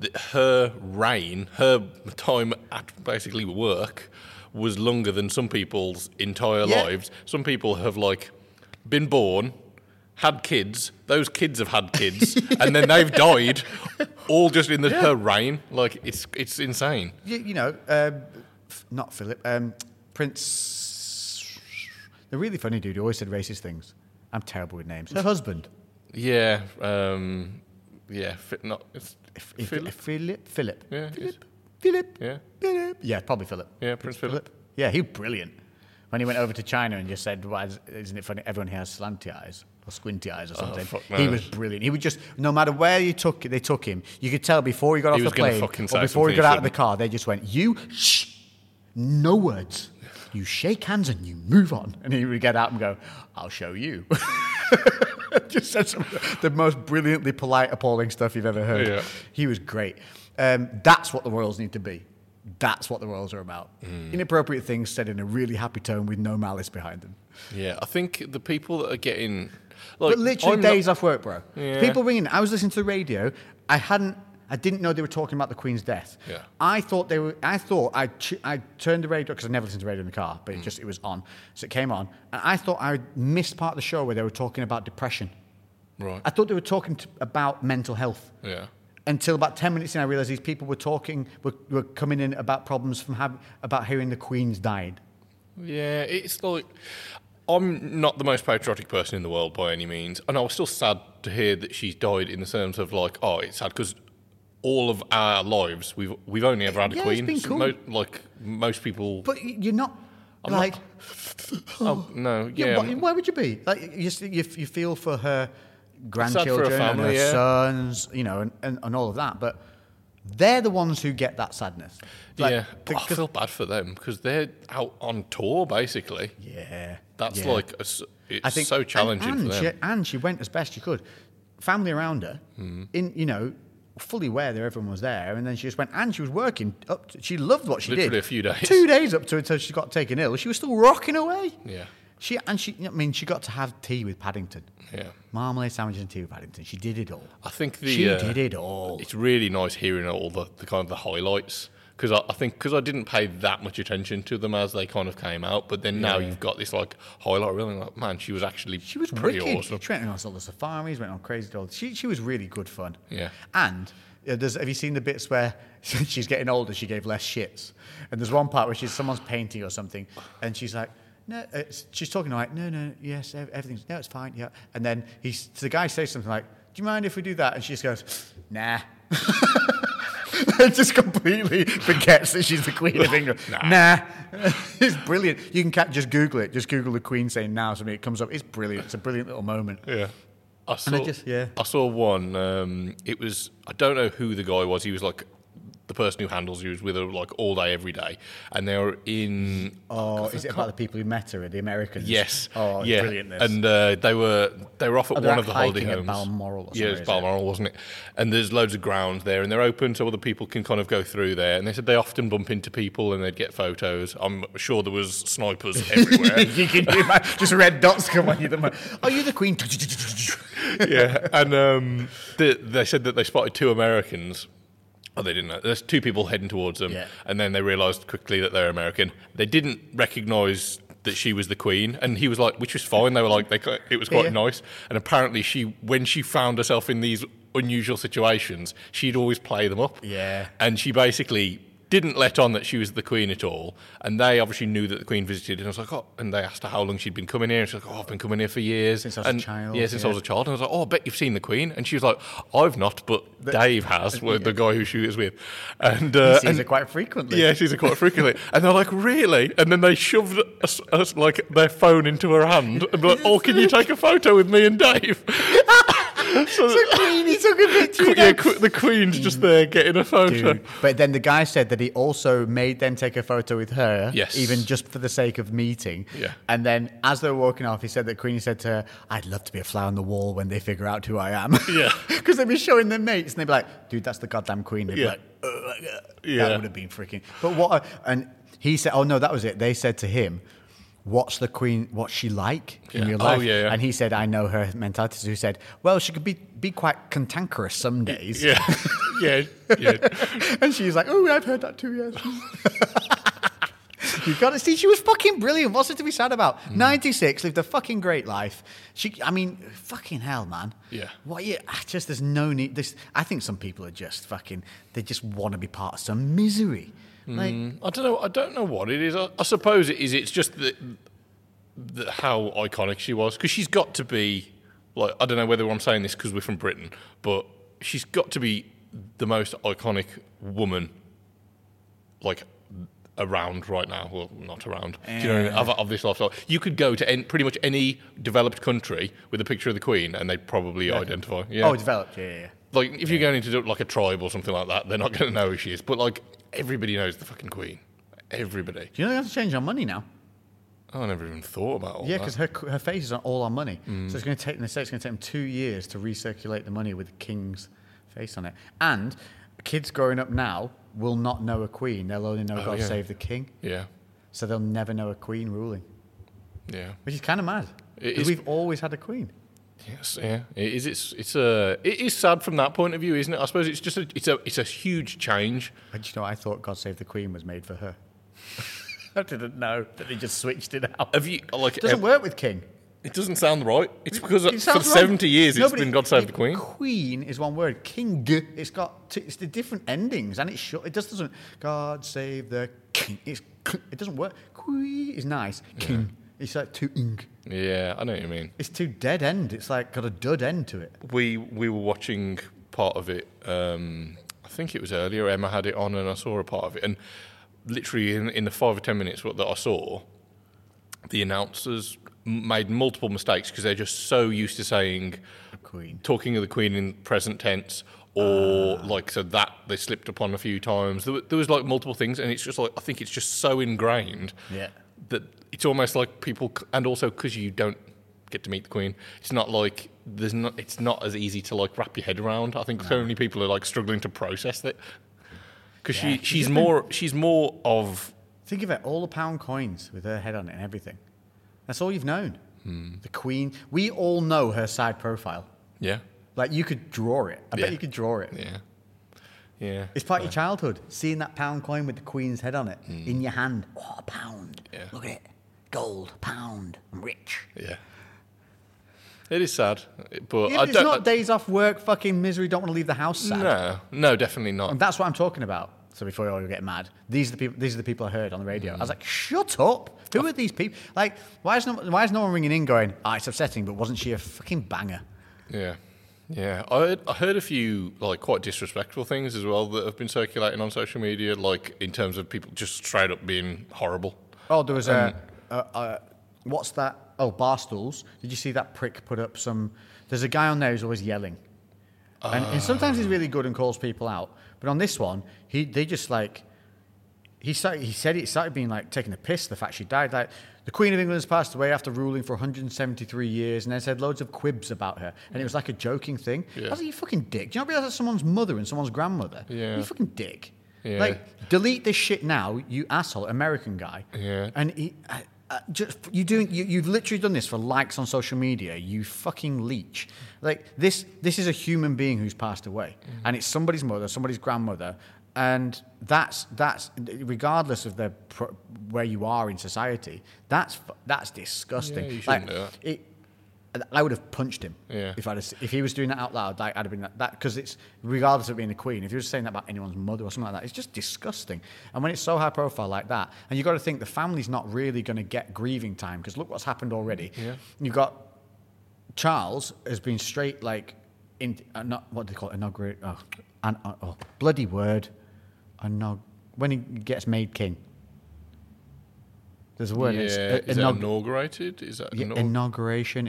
that her reign, her time at basically work, was longer than some people's entire Yeah. lives. Some people have like been born, had kids, those kids have had kids, and then they've died, all just in the, her reign. Like it's it's insane. You, you know, um, f- not Philip, um, Prince. The really funny dude who always said racist things. I'm terrible with names. Her husband. Yeah, um, yeah, fit, not it's, If- if- Philip. Philip. Philip. Yeah, it's- Philip. Philip. yeah, Philip. Yeah, probably Philip. yeah, Prince Philip. Yeah, he was brilliant. When he went over to China and just said, Why is, "Isn't it funny? Everyone here has slanty eyes or squinty eyes or something." Oh, fuck he knows. was brilliant. He would just, no matter where you took, they took him. You could tell before he got He off was the gonna plane fucking or say before he something got he out of the car. They just went, "You shh, no words. You shake hands and you move on." And he would get out and go, "I'll show you." just said some, the most brilliantly polite, appalling stuff you've ever heard. Yeah. He was great. Um, that's what the Royals need to be. That's what the Royals are about. Mm. Inappropriate things said in a really happy tone with no malice behind them. Yeah, I think the people that are getting like but literally I'm not- days off work, bro. Yeah. People ringing. I was listening to the radio. I hadn't. I didn't know they were talking about the Queen's death. Yeah. I thought they were. I thought I. Ch- I turned the radio because I never listened to radio in the car, Mm. but it just it was on, so it came on, and I thought I missed part of the show where they were talking about depression. right. I thought they were talking to, about mental health. yeah. Until about ten minutes in, I realised these people were talking, were, were coming in about problems from hav- about hearing the Queen's died. Yeah, it's like I'm not the most patriotic person in the world by any means, and I was still sad to hear that she's died. In the terms of like, oh, it's sad because all of our lives we've we've only ever had a Yeah, it's queen. been So cool. mo- like most people, But y- you're not like oh, no, yeah, yeah, why, why would you be like you, just, you? You feel for her grandchildren, and her family, yeah. sons, you know, and, and, and all of that. But they're the ones who get that sadness. Like, yeah. the- I feel bad for them because they're out on tour basically. yeah, That's yeah. like a s it's so challenging And, for and, them. she, and she went as best she could. Family around her, Mm. in you know, fully aware that everyone was there, and then she just went. And she was working up. To, she loved what she Literally did. a few days. Two days up to it until she got taken ill. She was still rocking away. Yeah. She and she. I mean, she got to have tea with Paddington. Yeah. Marmalade sandwiches and tea with Paddington. She did it all. I think the she uh, did it all. It's really nice hearing all the, the kind of the highlights because I, I think because I didn't pay that much attention to them as they kind of came out, but then now you've got this like highlight reel and like man, she was actually She was pretty wicked. awesome. She went on all the safaris, went on crazy all. She she was really good fun. Yeah. And uh, there's, have you seen the bits where she's getting older? She gave less shits. And there's one part where she's someone's painting or something, and she's like. No, it's, she's talking like no, no, yes, ev- everything's no, it's fine, yeah. And then he's the guy says something like, "Do you mind if we do that?" And she just goes, "Nah." just completely forgets that she's the queen of England. Nah. it's brilliant. You can ca- just Google it. Just Google the queen saying now something. It comes up. It's brilliant. It's a brilliant little moment. Yeah. I saw, just- yeah. I saw one. Um, it was I don't know who the guy was. He was like the person who handles you was with her like all day every day, and they were in Oh, is it about the people who met her, the Americans? Yes. Oh, it's yeah. brilliant. This. And uh, they were they were off at Oh, they're one out of the holiday hiking at homes. Balmoral or yeah, somewhere, it's is it? Balmoral, wasn't it? And there's loads of grounds there, and they're open, so other people can kind of go through there. And they said they often bump into people, and they'd get photos. I'm sure there was snipers everywhere. you can do my, just red dots come on you. the mo- Oh, you're the queen. yeah, and um, they, they said that they spotted two Americans. Oh, they didn't. Know. There's two people heading towards them, Yeah. and then they realised quickly that they're American. They didn't recognise that she was the queen, and he was like, which was fine. They were like, they, it was quite Yeah. nice. And apparently, she when she found herself in these unusual situations, she'd always play them up. Yeah. and she basically didn't let on that she was the queen at all. And they obviously knew that the queen visited. And I was like, oh, and they asked her how long she'd been coming here. And she's like, oh, I've been coming here for years. Since I was a And- child, Yeah, since I yeah. was a child. And I was like, oh, I bet you've seen the queen. And she was like, I've not, but Dave has, were the guy who she was with. And, uh, He sees and- her quite frequently. yeah, she's quite frequently. And they're like, really? And then they shoved us, us like their phone into her hand and be like, oh, can you take a photo with me and Dave? Oh, so The Queen, he took a picture. qu- of yeah, them. qu- the Queen's just there getting a photo. Dude. But then the guy said that he also made them take a photo with her, Yes. even just for the sake of meeting. Yeah. And then as they were walking off, he said that Queenie said to her, I'd love to be a fly on the wall when they figure out who I am. Yeah. Because they'd be showing their mates and they'd be like, dude, that's the goddamn Queen. They'd Yeah. be like, "Oh my God." Yeah. That would have been freaking. But what, a, and he said, oh no, that was it. They said to him, What's the queen? What's she like in Yeah. real Oh, life? yeah, yeah. And he said, "I know her mentality." So he said, "Well, she could be be quite cantankerous some days." Yeah. yeah. Yeah. and she's like, "Oh, I've heard that too. Yes." You got to see. She was fucking brilliant. What's there to be sad about? Ninety-six, lived a fucking great life. She, I mean, fucking hell, man. Yeah. What? Yeah. I Just there's no need. This. I think some people are just fucking. They just want to be part of some misery. Like, I don't know. I don't know what it is. I, I suppose it is. It's just that the, how iconic she was because she's got to be like I don't know whether I'm saying this because we're from Britain, but she's got to be the most iconic woman like around right now. Well, not around. Do you know what I mean? Of, of this lifestyle, you could go to any, pretty much any developed country with a picture of the Queen, and they'd probably identify. Yeah. oh, developed. Yeah, yeah, yeah. like if you're going into like a tribe or something like that, they're not going to know who she is. But like everybody knows the fucking Queen. Everybody. Do you know they have to change our money now? Oh, I never even thought about all Yeah, that. because her, c- her face is on all our money. Mm. So it's going to take, they say it's going to take them two years to recirculate the money with the king's face on it. And kids growing up now will not know a queen. They'll only know God Oh, yeah. Save the King. Yeah, So they'll never know a queen ruling, yeah, which is kind of mad. It 'Cause is- We've always had a queen. yes, yeah. It is. It's it's a it is sad from that point of view, isn't it? I suppose it's just a it's a it's a huge change. And you know, I thought God Save the Queen was made for her. I didn't know that they just switched it out. Have you like? It doesn't ev- work with king. It doesn't sound right. It's because It for sounds wrong. seventy years No, it's but been it- God Save it- the Queen. Queen is one word. King. It's got t- it's the different endings, and it's short. It just doesn't. God save the king. It's k- it doesn't work. Queen is nice. King. It's like too ing. Yeah, I know what you mean. It's too dead end. It's like got a dud end to it. we we were watching part of it. Um, I think it was earlier. Emma had it on, and I saw a part of it. And literally in, in the five or ten minutes what- that I saw, the announcers m- made multiple mistakes because they're just so used to saying Queen. talking of the Queen in present tense. Or like so that they slipped upon a few times. There, were, there was like multiple things, and it's just like I think it's just so ingrained Yeah. that it's almost like people, c- and also because you don't get to meet the Queen, it's not like there's not. It's not as easy to like wrap your head around. I think so many people are like struggling to process that because Yeah, she she's she's just been- more she's more of Think of it. All the pound coins with her head on it and everything. That's all you've known. Hmm. The Queen. We all know her side profile. yeah Like you could draw it. I Yeah. bet you could draw it. yeah yeah Hmm. It's part of your childhood, seeing that pound coin with the Queen's head on it in your hand. Oh, a pound. Yeah. Look at it. Gold, pound, I'm rich. yeah. It is sad, but Yeah, I but it's don't. not days off work, fucking misery, don't want to leave the house sad. no, no, definitely not. And that's what I'm talking about. So before you all get mad, these are the people. These are the people I heard on the radio. Hmm. I was like, "Shut up! Who are these people? Like, why is no why is no one ringing in going? Ah, it's upsetting, but wasn't she a fucking banger? Yeah. Yeah. I heard, I heard a few like quite disrespectful things as well that have been circulating on social media, like in terms of people just straight up being horrible. Oh, there was a, a, a uh, what's that? Oh, barstools. Did you see that prick put up some? There's a guy on there who's always yelling, and, and sometimes he's really good and calls people out. But on this one, he they just like he started, he said it started being like taking a piss the fact she died like the queen of england's passed away after ruling for 173 years and they said loads of quibs about her and it was like a joking thing Yeah. I was like, you fucking dick do you not realize that's someone's mother and someone's grandmother Yeah. you fucking dick Yeah. like delete this shit now you asshole american guy Yeah. and he, I, I, just you doing you, you've literally done this for likes on social media. You fucking leech. Like this this is a human being who's passed away, Mm-hmm. and it's somebody's mother, somebody's grandmother, and that's that's regardless of their pro- where you are in society. That's fu- that's disgusting. Yeah, you shouldn't like do that. it. I would have punched him Yeah. if I'd have, if he was doing that out loud. I, I'd have been that because it's regardless of being a queen. If you were saying that about anyone's mother or something like that, it's just disgusting. And when it's so high profile like that, and you got to think the family's not really going to get grieving time because look what's happened already. Yeah. You've got Charles has been straight like in uh, not what do they call it inaugurate oh, an, uh, oh bloody word Inog- when he gets made king. There's a word. yeah. It's, uh, Is it inaug- inaugurated? Is that yeah, inaug- inauguration, inauguration,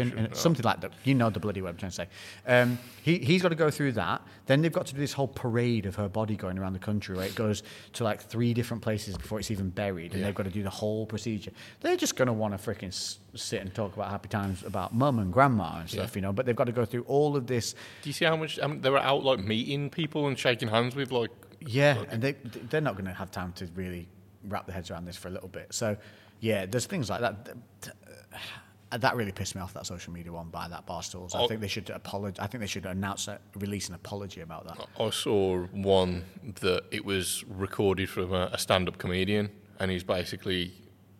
Inauguration, in- oh. something like that. You know the bloody web, I'm trying to say. Um, he, he's got to go through that. Then they've got to do this whole parade of her body going around the country where it goes to like three different places before it's even buried. And Yeah. they've got to do the whole procedure. They're just going to want to freaking s- sit and talk about happy times about mum and grandma and stuff, Yeah. you know. But they've got to go through all of this. Do you see how much I mean, they were out like meeting people and shaking hands with like? Yeah, and they they're not going to have time to really wrap their heads around this for a little bit. So, yeah, there's things like that. Th- th- That really pissed me off. That social media one by that Barstools. I Oh. think they should apologize. I think they should announce that, release an apology about that. I saw one that it was recorded from a, a stand-up comedian, and he's basically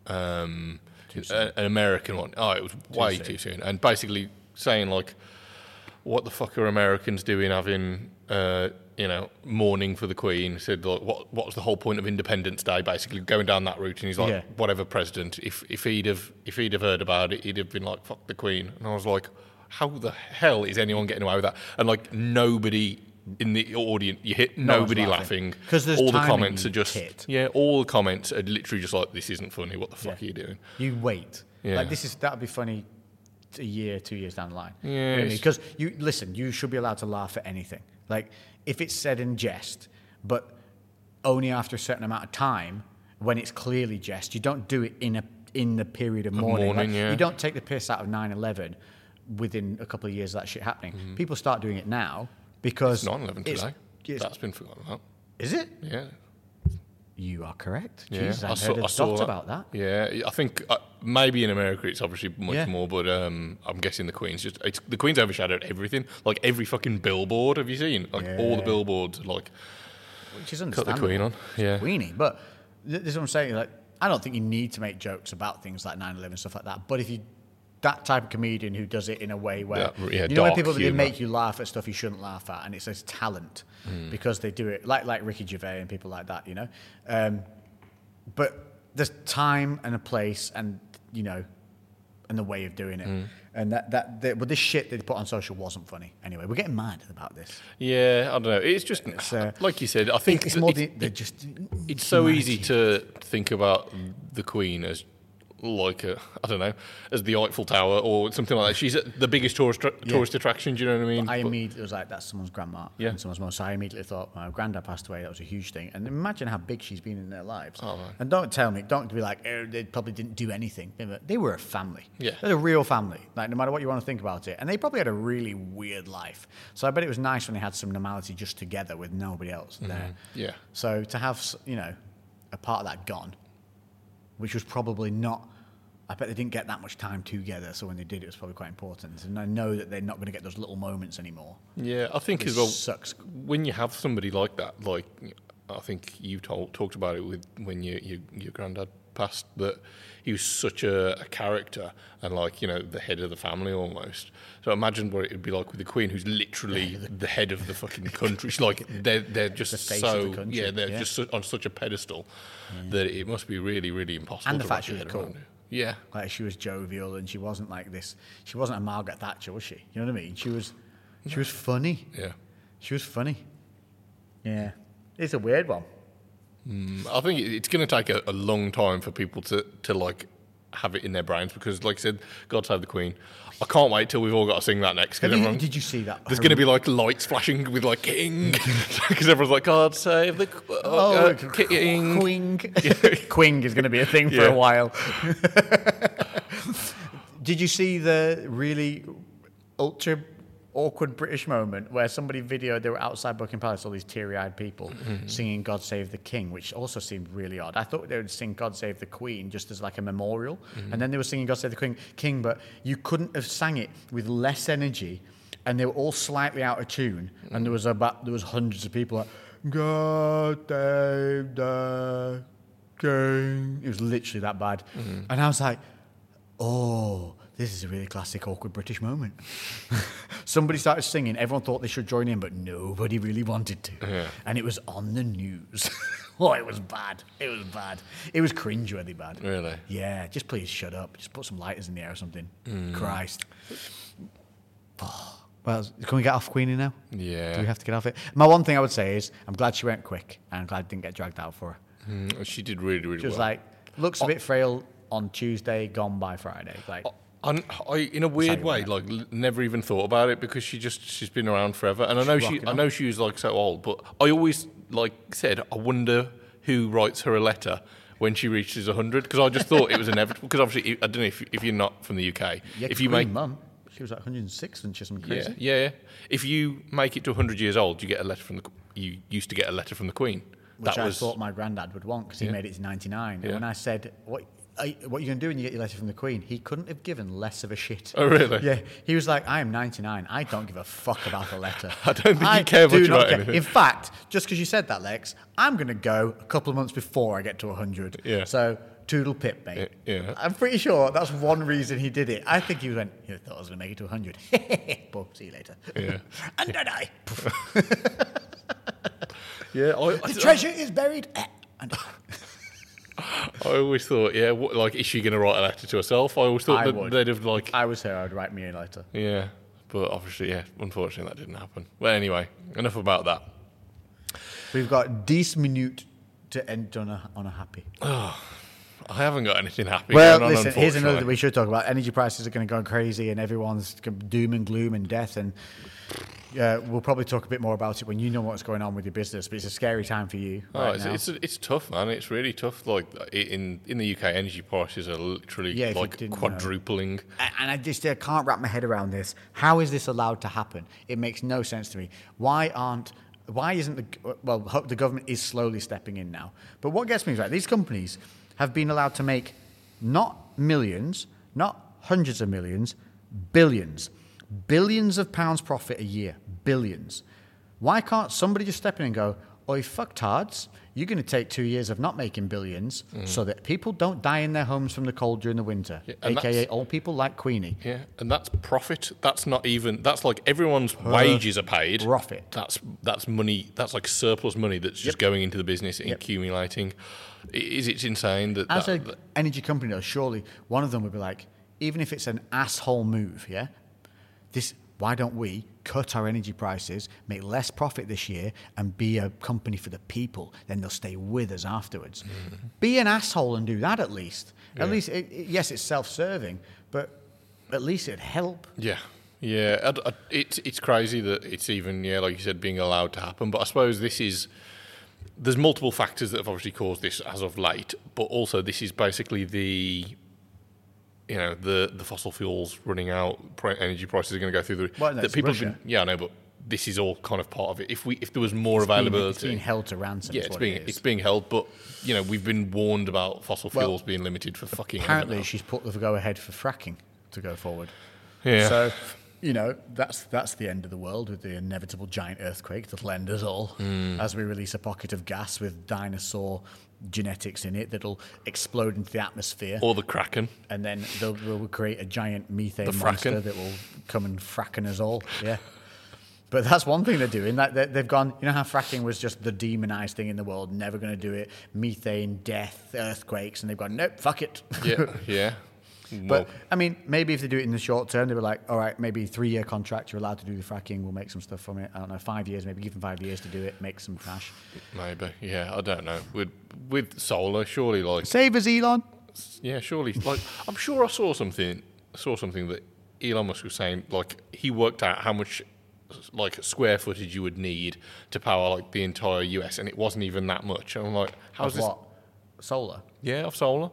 um, a- an American one. Oh, it was way soon. too soon, and basically saying like, "What the fuck are Americans doing having?" Uh, you know, mourning for the Queen said, like, "What? What's the whole point of Independence Day?" Basically, going down that route, and he's like, Yeah. "Whatever president, if if he'd have if he'd have heard about it, he'd have been like, fuck the Queen." And I was like, "How the hell is anyone getting away with that?" And like, nobody in the audience, you hit No one's nobody laughing. laughing 'Cause there's all the timing, comments are just Kit. yeah, all the comments are literally just like, "This isn't funny. What the fuck Yeah. are you doing?" You wait. Yeah. Like this is that'd be funny t- a year, two years down the line. Yeah, it's- Because you listen, you should be allowed to laugh at anything. Like if it's said in jest, but only after a certain amount of time when it's clearly jest. You don't do it in a in the period of mourning. mourning, Like, yeah. You don't take the piss out of 9/11 within a couple of years of that shit happening. People start doing it now because Mm-hmm. It's 9/11 it's- today. it's- That's been forgotten about. is it? Yeah. You are correct. Yeah, Jesus, I've saw- heard a saw dot about that. Yeah, I think uh, maybe in America it's obviously much Yeah. more, but um, I'm guessing the Queen's just it's, the Queen's overshadowed everything. Like every fucking billboard, have you seen? Like all the Yeah. billboards, like Which cut is the understandable. Queen on. Yeah, Queenie. But th- this is what I'm saying. Like, I don't think you need to make jokes about things like 9/11 and stuff like that. But if you that type of comedian who does it in a way where Yeah, yeah, you know when dark people they humour. make you laugh at stuff you shouldn't laugh at, and it's says talent Mm. because they do it like like Ricky Gervais and people like that, you know. Um, but there's time and a place, and you know, and the way of doing it. Mm. And that, that, that, but this shit they put on social wasn't funny. Anyway, we're getting mad about this. yeah. I don't know. It's just uh, like you said. I think It's that more, it's- the, they're just. it's so easy to think about the Queen as like a I don't know as the Eiffel Tower or something like that. She's the biggest tourist tourist attraction. Do you know what I mean? I But- immediately was like, that's someone's grandma Yeah. and someone's mum. So I immediately thought, my granddad passed away. That was a huge thing. And imagine how big she's been in their lives. Oh, and don't tell me, don't be like, oh, they probably didn't do anything. They were, they were a family. Yeah. They're a real family. Like, no matter what you want to think about it. And they probably had a really weird life. So I bet it was nice when they had some normality just together with nobody else there. yeah. So to have, s- you know, a part of that gone, which was probably not. I bet they didn't get that much time together, so when they did, it was probably quite important. And I know that they're not going to get those little moments anymore. Yeah, I think It as well. sucks. when you have somebody like that, like I think you told, talked about it with when your your, your granddad passed, that he was such a, a character and like you know the head of the family almost. So imagine what it would be like with the Queen, who's literally the head of the fucking country. She's like they're they're just face of so the country, yeah, they're yeah. Mm. just su- on such a pedestal that it must be really really impossible. And the to wrap fact your she head was cool. around it. Yeah, Like she was jovial and she wasn't like this. She wasn't a Margaret Thatcher, was she? You know what I mean? She was, she was funny. yeah. She was funny. Yeah, it's a weird one. I think it- it's going to take a, a long time for people to, to like have it in their brains because, like I said, God Save the Queen. I can't wait till we've all got to sing that next. 'cause Have you- Um, everyone- did you see that? There's going to be like lights flashing with like King because everyone's like God Save the Qu- oh, uh, King. Quing. Quing is going to be a thing for Yeah. a while. Did you see the really ultra awkward British moment where somebody videoed they were outside Buckingham Palace, all these teary eyed people singing God Save the King, which also seemed really odd. I thought they would sing God Save the Queen just as like a memorial, and then they were singing God Save the Queen, King, but you couldn't have sang it with less energy. And they were all slightly out of tune, and there was about there was hundreds of people like God save the King. It was literally that bad, and I was like, oh, this is a really classic awkward British moment. Somebody started singing. Everyone thought they should join in, but nobody really wanted to. Yeah. And it was on the news. oh, it was bad. It was bad. It was cringeworthy bad. Really? Yeah. Just please shut up. Just put some lighters in the air or something. Mm. Christ. Well, can we get off Queenie now? Yeah. Do we have to get off it? My one thing I would say is I'm glad she went quick and I'm glad it didn't get dragged out for her. Mm, She did really, really She was well. like, looks a bit frail on Tuesday, gone by Friday. Like, And I, in a how weird you way, like l- never even thought about it because she just she's been around forever, and I know she, rocking I on. know she was like so old, but I always like said, I wonder who writes her a letter when she reaches hundred because I just thought it was inevitable because obviously I don't know if, if you're not from the UK, yeah, if you Queen make mum, she was like 106 and she's some yeah, crazy. yeah, yeah. if you make it to hundred years old, you get a letter from the q- you used to get a letter from the Queen. Which that I was thought my granddad would want because he made it to 99. And Yeah. when I said, what, are, you- what are you going to do when you get your letter from the Queen? He couldn't have given less of a shit. oh really Yeah, he was like, I am 99. I don't give a fuck about the letter. I don't think you care do much not about care." anything. In fact, just because you said that, Lex, I'm going to go a couple of months before I get to 100. Yeah. So, toodle pip, mate. Yeah, yeah. I'm pretty sure that's one reason he did it. I think he went, he thought I was going to make it to 100. Boom, see you later. Yeah. and then I. yeah I, I, The treasure is buried. eh, and I always thought yeah what, like is she going to write a letter to herself I always thought I that would. they'd have like I was here, I'd write me a letter. Yeah, but obviously, yeah, unfortunately that didn't happen. But anyway, enough about that. We've got 10 minute to end on a, on a happy. I haven't got anything happy. Well, going on, listen, here's another that unfortunately. we should talk about. Energy prices are going to go crazy, and everyone's doom and gloom and death. And uh, we'll probably talk a bit more about it when you know what's going on with your business. But it's a scary time for you. Oh, right it's, now. it's, it's tough, man. It's really tough. Like i- in in the UK, energy prices are literally Yeah, if you like didn't know. quadrupling. A- and I just uh, can't wrap my head around this. How is this allowed to happen? It makes no sense to me. Why aren't why isn't the g- uh, well ho- the government is slowly stepping in now? But what gets me is right, these companies have been allowed to make not millions, not hundreds of millions, billions, billions of pounds profit a year, billions. Why can't somebody just step in and go, Oi, fucktards, you're going to take two years of not making billions Mm. so that people don't die in their homes from the cold during the winter, and aka that's- old people like Queenie. Yeah, and that's profit. That's not even. That's like everyone's wages are paid. profit. That's that's money. That's like surplus money that's just going into the business and accumulating. It is it's insane that, As that, an energy company, though, surely one of them would be like, even if it's an asshole move, yeah, this. Why don't we cut our energy prices, make less profit this year, and be a company for the people? Then they'll stay with us afterwards. Mm-hmm. Be an asshole and do that at least. At least, it, it- yes, it's self-serving, but at least it'd help. Yeah, yeah. I'd- I'd- it's it's crazy that it's even yeah, like you said, being allowed to happen. But I suppose this is there's multiple factors that have obviously caused this as of late. But also, this is basically the you know the the fossil fuels running out, pri- energy prices are going to go through the Well, that that's people have been Russia. yeah, I know, but this is all kind of part of it. If we if there was more Being- availability. It's being held to ransom. yeah, is it's what being it is. it's being held, but you know we've been warned about fossil Well, fuels being limited for fucking ever apparently now. she's put the go ahead for fracking to go forward. Yeah. So, you know, that's that's the end of the world with the inevitable giant earthquake that'll end us all Hmm. as we release a pocket of gas with dinosaur genetics in it that'll explode into the atmosphere. or the kraken. and then they'll, they'll create a giant methane The fracking. monster that will come and fracken us all. Yeah. But that's one thing they're doing. That they- they've gone. You know how fracking was just the demonized thing in the world. Never going to do it. Methane, death, earthquakes, and they've gone. Nope, fuck it. Yeah, yeah. But I mean, maybe if they do it in the short term, they were like, all right, maybe three year contract, you're allowed to do the fracking, we'll make some stuff from it. I don't know, five years, maybe give them five years to do it, make some cash. Maybe, yeah, I don't know. With with solar, surely, like, Save us, Elon. yeah, surely, like, I'm sure I saw something, saw something that Elon Musk was saying, like, he worked out how much, like, square footage you would need to power like the entire US, and it wasn't even that much. And I'm like, how's Of this? what? Solar. Yeah, of solar.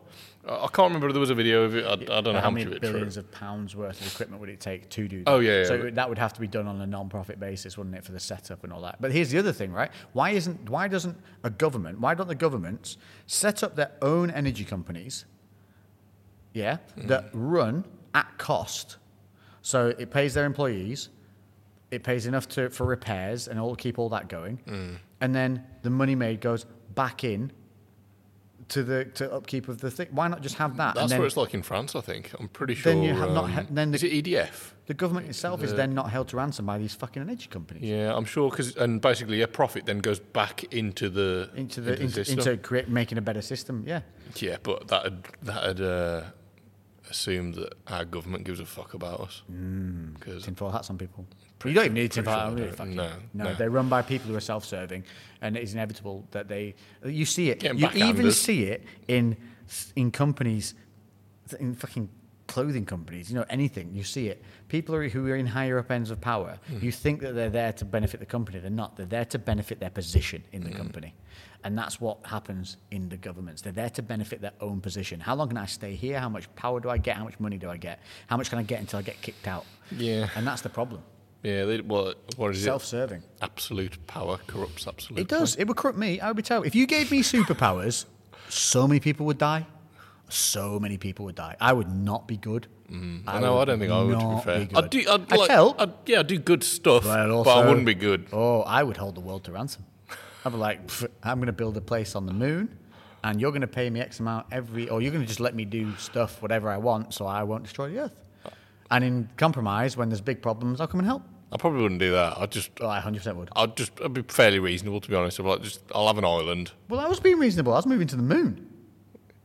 I I can't remember. if There was a video of it. I, I don't know how, how much many of it's true. billions of pounds worth of equipment would it take to do that? Oh, yeah, yeah, so but- that would have to be done on a non-profit basis, wouldn't it, for the setup and all that? But here's the other thing, right? Why isn't why doesn't a government? Why don't the governments set up their own energy companies? Yeah, Hmm. that run at cost, so it pays their employees, it pays enough to for repairs Hmm. and all keep all that going, and then the money made goes back in to the to upkeep of the thing. Why not just have that? That's and then what it's like in France, I think. I'm pretty sure. um, Then you have not ha- then the- is it E EDF? the government itself is then not held to ransom by these fucking energy companies. Yeah, I'm sure. Cause, and basically, a profit then goes back into the Into the into, system. into create, making a better system, yeah. yeah, but that had, that had uh, assumed that our government gives a fuck about us. Mm. Because tinfoil hats on people. you don't even need tinfoil sure they hats. really, don't. fucking- No, no, no. they're run by people who are self-serving, and it is inevitable that they. You see it. Getting you even backhanded. see it in in companies, in fucking clothing companies. You know anything. You see it. People are, who are in higher up ends of power. Hmm. You think that they're there to benefit the company. They're not. They're there to benefit their position in the Hmm. company. And that's what happens in the governments. They're there to benefit their own position. How long can I stay here? How much power do I get? How much money do I get? How much can I get until I get kicked out? Yeah. And that's the problem. yeah, they, well, what is it? Self-serving. Absolute power corrupts absolute. It does. It would corrupt me. I would be terrible. If you gave me superpowers, so many people would die. So many people would die. I would not be good. Mm. I know. I don't think I would. To be not fair, good. I'd do. I'd, I'd like, help. I'd, yeah, I'd do good stuff, But I'd but, I also- wouldn't be good. Oh, I would hold the world to ransom. I'd be like, "Pff, I'm going to build a place on the moon, and you're going to pay me X amount every, or you're going to just let me do stuff, whatever I want, so I won't destroy the earth. And in compromise, when there's big problems, I'll come and help. I probably wouldn't do that. I'd just. Oh, I 100% would. I'd just. I'd be fairly reasonable, to be honest. I'd be like, just. I'll have an island. Well, I was being reasonable. I was moving to the moon.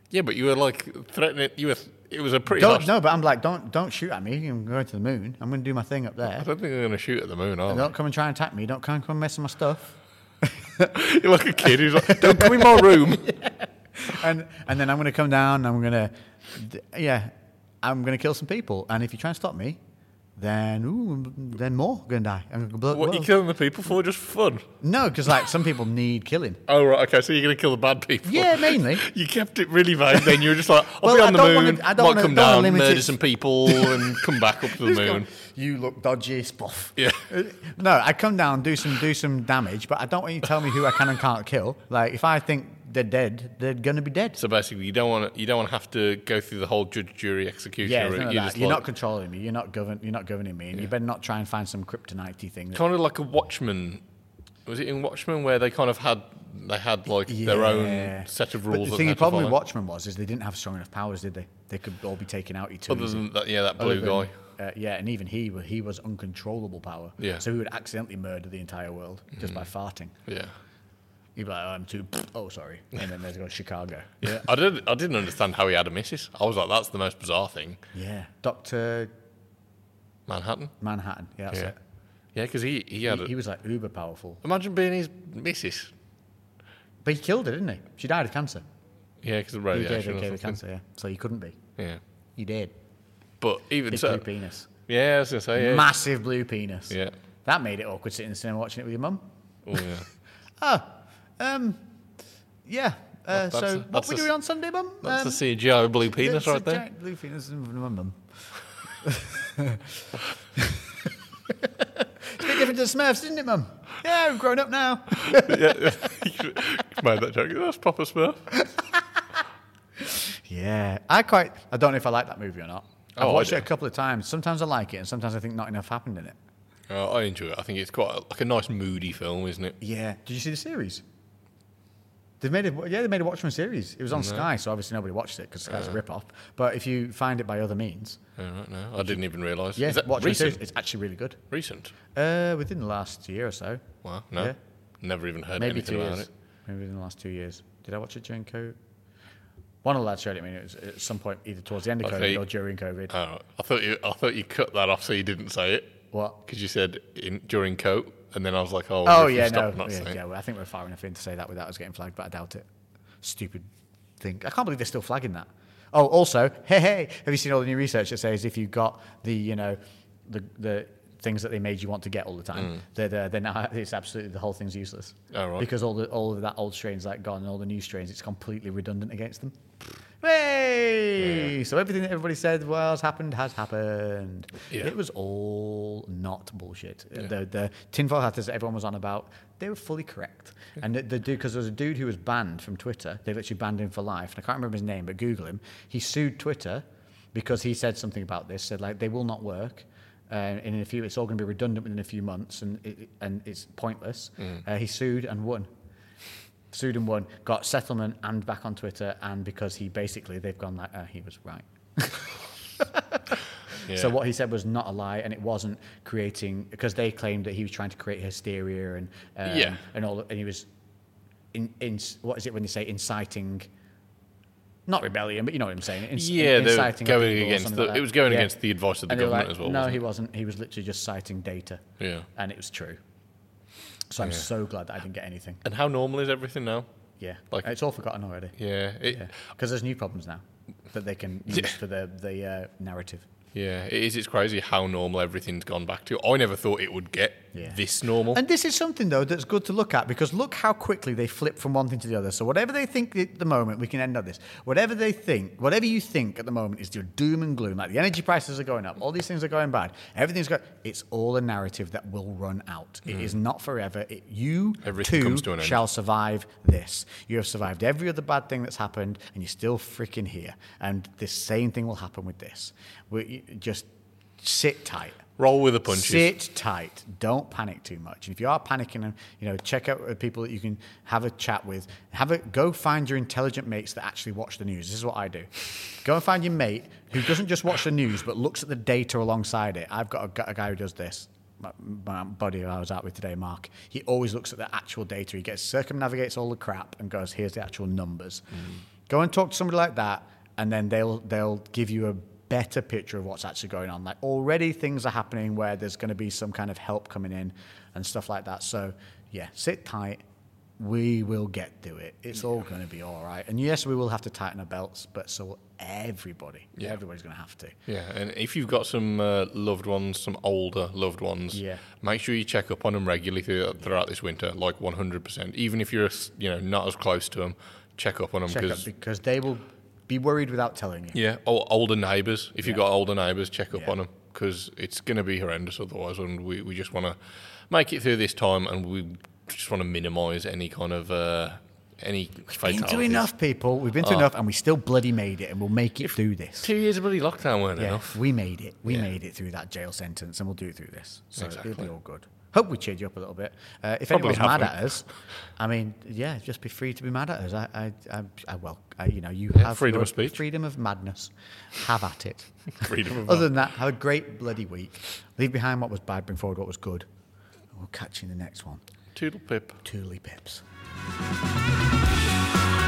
Yeah, but you were like threatening. You were. It was a pretty. Don't, harsh- no, but I'm like, don't don't shoot at me. I'm going to the moon. I'm going to do my thing up there. I don't think they're going to shoot at the moon, are Don't come and try and attack me. Don't come and come messing my stuff. they? You're like a kid who's like, "Don't come in my room." And and then I'm going to come down. and I'm going to, d- yeah, I'm going to kill some people. And if you try and stop me, then ooh, then more going to die. I'm going to blow up the What are you world. killing the people for? Just for fun? No, because like some people need killing. Oh right, okay. So you're going to kill the bad people? Yeah, mainly. You kept it really vague. Then you were just like, "I'll Well, be I on the don't wanna- moon. I don't might wanna- come don't wanna down, limit murder it." some people, and come back up to the moon." You look dodgy, spoff. Yeah. No, I come down, do some do some damage, but I don't want you to tell me who I can and can't kill. Like if I think they're dead, they're gonna be dead. So basically, you don't want to, you don't want to have to go through the whole judge, jury, executioner. Yeah, it's route. none of You're that. just you're like, not controlling me. You're not govern. You're not governing me, and you better not try and find some kryptonite thing. That, kind of like a Watchman. Was it in Watchmen where they kind of had they had like their Yeah. own set of rules? But that the they thing, the had to problem with follow? Watchmen was is they didn't have strong enough powers, did they? They could all be taken out each Other than that, yeah, that blue guy. Uh, yeah, and even he wa- he was uncontrollable power. Yeah. Mm. So he would accidentally murder the entire world just by farting. Yeah. He'd be like, oh, I'm too. Oh, sorry. And then there's go Chicago. Yeah, I didn't. I didn't understand how he had a missus. I was like, "That's the most bizarre thing." Yeah. Doctor Manhattan. Manhattan. Yeah. That's Yeah, it. yeah, because he he had. He, a- he was like uber powerful, imagine being his missus. but he killed her, didn't he? She died of cancer. Oh, Yeah, because of He radiation. gave her or gave her something. cancer. Yeah. So he couldn't be. Yeah, He did. but even Big so, blue penis. yeah, I was gonna say, yeah, Massive blue penis. yeah, That made it awkward sitting in the cinema watching it with your mum. oh, yeah. Um, yeah. Uh, That's- that's so a- what that's we a- doing on Sunday, mum? That's um, the CGI blue penis it's a right there. giant Blue penis in front of my mum. it's a bit different to the Smurfs, isn't it, mum? Yeah, I'm grown up now. made that joke. That's proper Smurf. yeah, I quite. I don't know if I like that movie or not. I've Oh, I watched it a do. couple of times. Sometimes I like it, and sometimes I think not enough happened in it. Uh, I enjoy it. I think it's quite a, like a nice moody film, isn't it? Yeah. Did you see the series? They made it. Yeah, they made a Watchmen series. It was on Sky, so obviously nobody watched it because Uh. Sky's a rip-off. But if you find it by other means, All right, no, I didn't even realise. yeah, Is that Watchmen recent? series. It's actually really good. Recent. Uh, within the last year or so, Wow, no, Yeah. never even heard maybe anything two about years. it. Maybe within the last two years. Did I watch it during COVID? One of the lads showed it to me. and It was at some point either towards the end of COVID Okay. or during COVID. All right. I thought you, I thought you cut that off so you didn't say it what? because you said in, during coat, and then I was like, oh, Oh if you yeah, no, stop not yeah, saying. yeah, well, I think we're far enough in to say that without us getting flagged, but I doubt it. Stupid thing. I can't believe they're still flagging that. Oh, also, hey, hey, have you seen all the new research that says if you got the, you know, the the things that they made you want to get all the time, they're, they're, they're now it's absolutely the whole thing's useless. Mm. Oh, right. Because all the all of that old strains like gone and all the new strains, it's completely redundant against them. Hey! So everything that everybody said was happened has happened. Yeah. It was all not bullshit. The, the tinfoil hatters that everyone was on about, they were fully correct. And the, the dude, because there was a dude who was banned from Twitter, they literally banned him for life. And I can't remember his name, but Google him. He sued Twitter because he said something about this, said like, they will not work. Uh, in a few, it's all going to be redundant within a few months, and it, and it's pointless. Uh, he sued and won, Sudan won, got settlement and back on Twitter, and because he basically they've gone like uh, he was right. Yeah. So what he said was not a lie, and it wasn't creating because they claimed that he was trying to create hysteria and um, Yeah. and all, and he was in, in what is it when they say inciting. Not rebellion, but you know what I'm saying. Ins- Yeah, they were inciting other going people or against something the, like that. it was going Yeah. against the advice of the And they were government like, as well. No, wasn't he it? wasn't. He was literally just citing data. Yeah. And it was true. So I'm so glad that I didn't get anything. And how normal is everything now? Yeah. Like- it's all forgotten already. Yeah, it, Yeah. Because there's new problems now that they can use for the the uh, narrative. yeah, it is. It's crazy how normal everything's gone back to. I never thought it would get Yeah. this normal. And this is something though that's good to look at because look how quickly they flip from one thing to the other. So whatever they think at the moment, we can end on this. Whatever they think, whatever you think at the moment is your doom and gloom. Like the energy prices are going up, all these things are going bad, everything's going. It's all a narrative that will run out. It is not forever. It, you Mm. Everything too comes to an end. shall survive this. You have survived every other bad thing that's happened, and you're still freaking here. And this same thing will happen with this. We just sit tight. Roll with the punches. Sit tight. Don't panic too much. And if you are panicking, um, you know, check out uh, people that you can have a chat with. Have a go find your intelligent mates that actually watch the news. This is what I do. Go and find your mate who doesn't just watch the news but looks at the data alongside it. I've got a, gu- a guy who does this. My, my buddy who I was out with today, Mark. He always looks at the actual data. He gets circumnavigates all the crap and goes, "Here's the actual numbers." Go and talk to somebody like that and then they'll they'll give you a better picture of what's actually going on. Like already things are happening where there's going to be some kind of help coming in and stuff like that. So yeah, sit tight. We will get through it. It's all going to be all right. And yes, we will have to tighten our belts, but so will everybody. Yeah. Everybody's going to have to. Yeah, and if you've got some uh, loved ones, some older loved ones, Yeah. make sure you check up on them regularly through, throughout this winter, like 100%. Even if you're you know not as close to them, check up on them Check up because because they will be worried without telling you. yeah, o- older neighbours. If you've got older neighbours, check up Yeah. on 'em on them because it's going to be horrendous otherwise. And we, we just want to make it through this time, and we just want to minimise any kind of uh, any Been fatalities. through enough, people. We've been Ah. through enough, and we still bloody made it, and we'll make it through this. Two years of bloody lockdown weren't Yeah, enough. we made it. We Yeah. made it through that jail sentence, and we'll do it through this. So it'll Exactly. be all good. Hope we cheered you up a little bit. Uh, if Probably anyone's mad haven't. at us, I mean, yeah, just be free to be mad at us. I, I, I, I well, I, you know, you have freedom your of speech. freedom of madness. Have at it. Freedom of Other than that, have a great bloody week. Leave behind what was bad, bring forward what was good. We'll catch you in the next one. Toodle pip. Toodly pips. I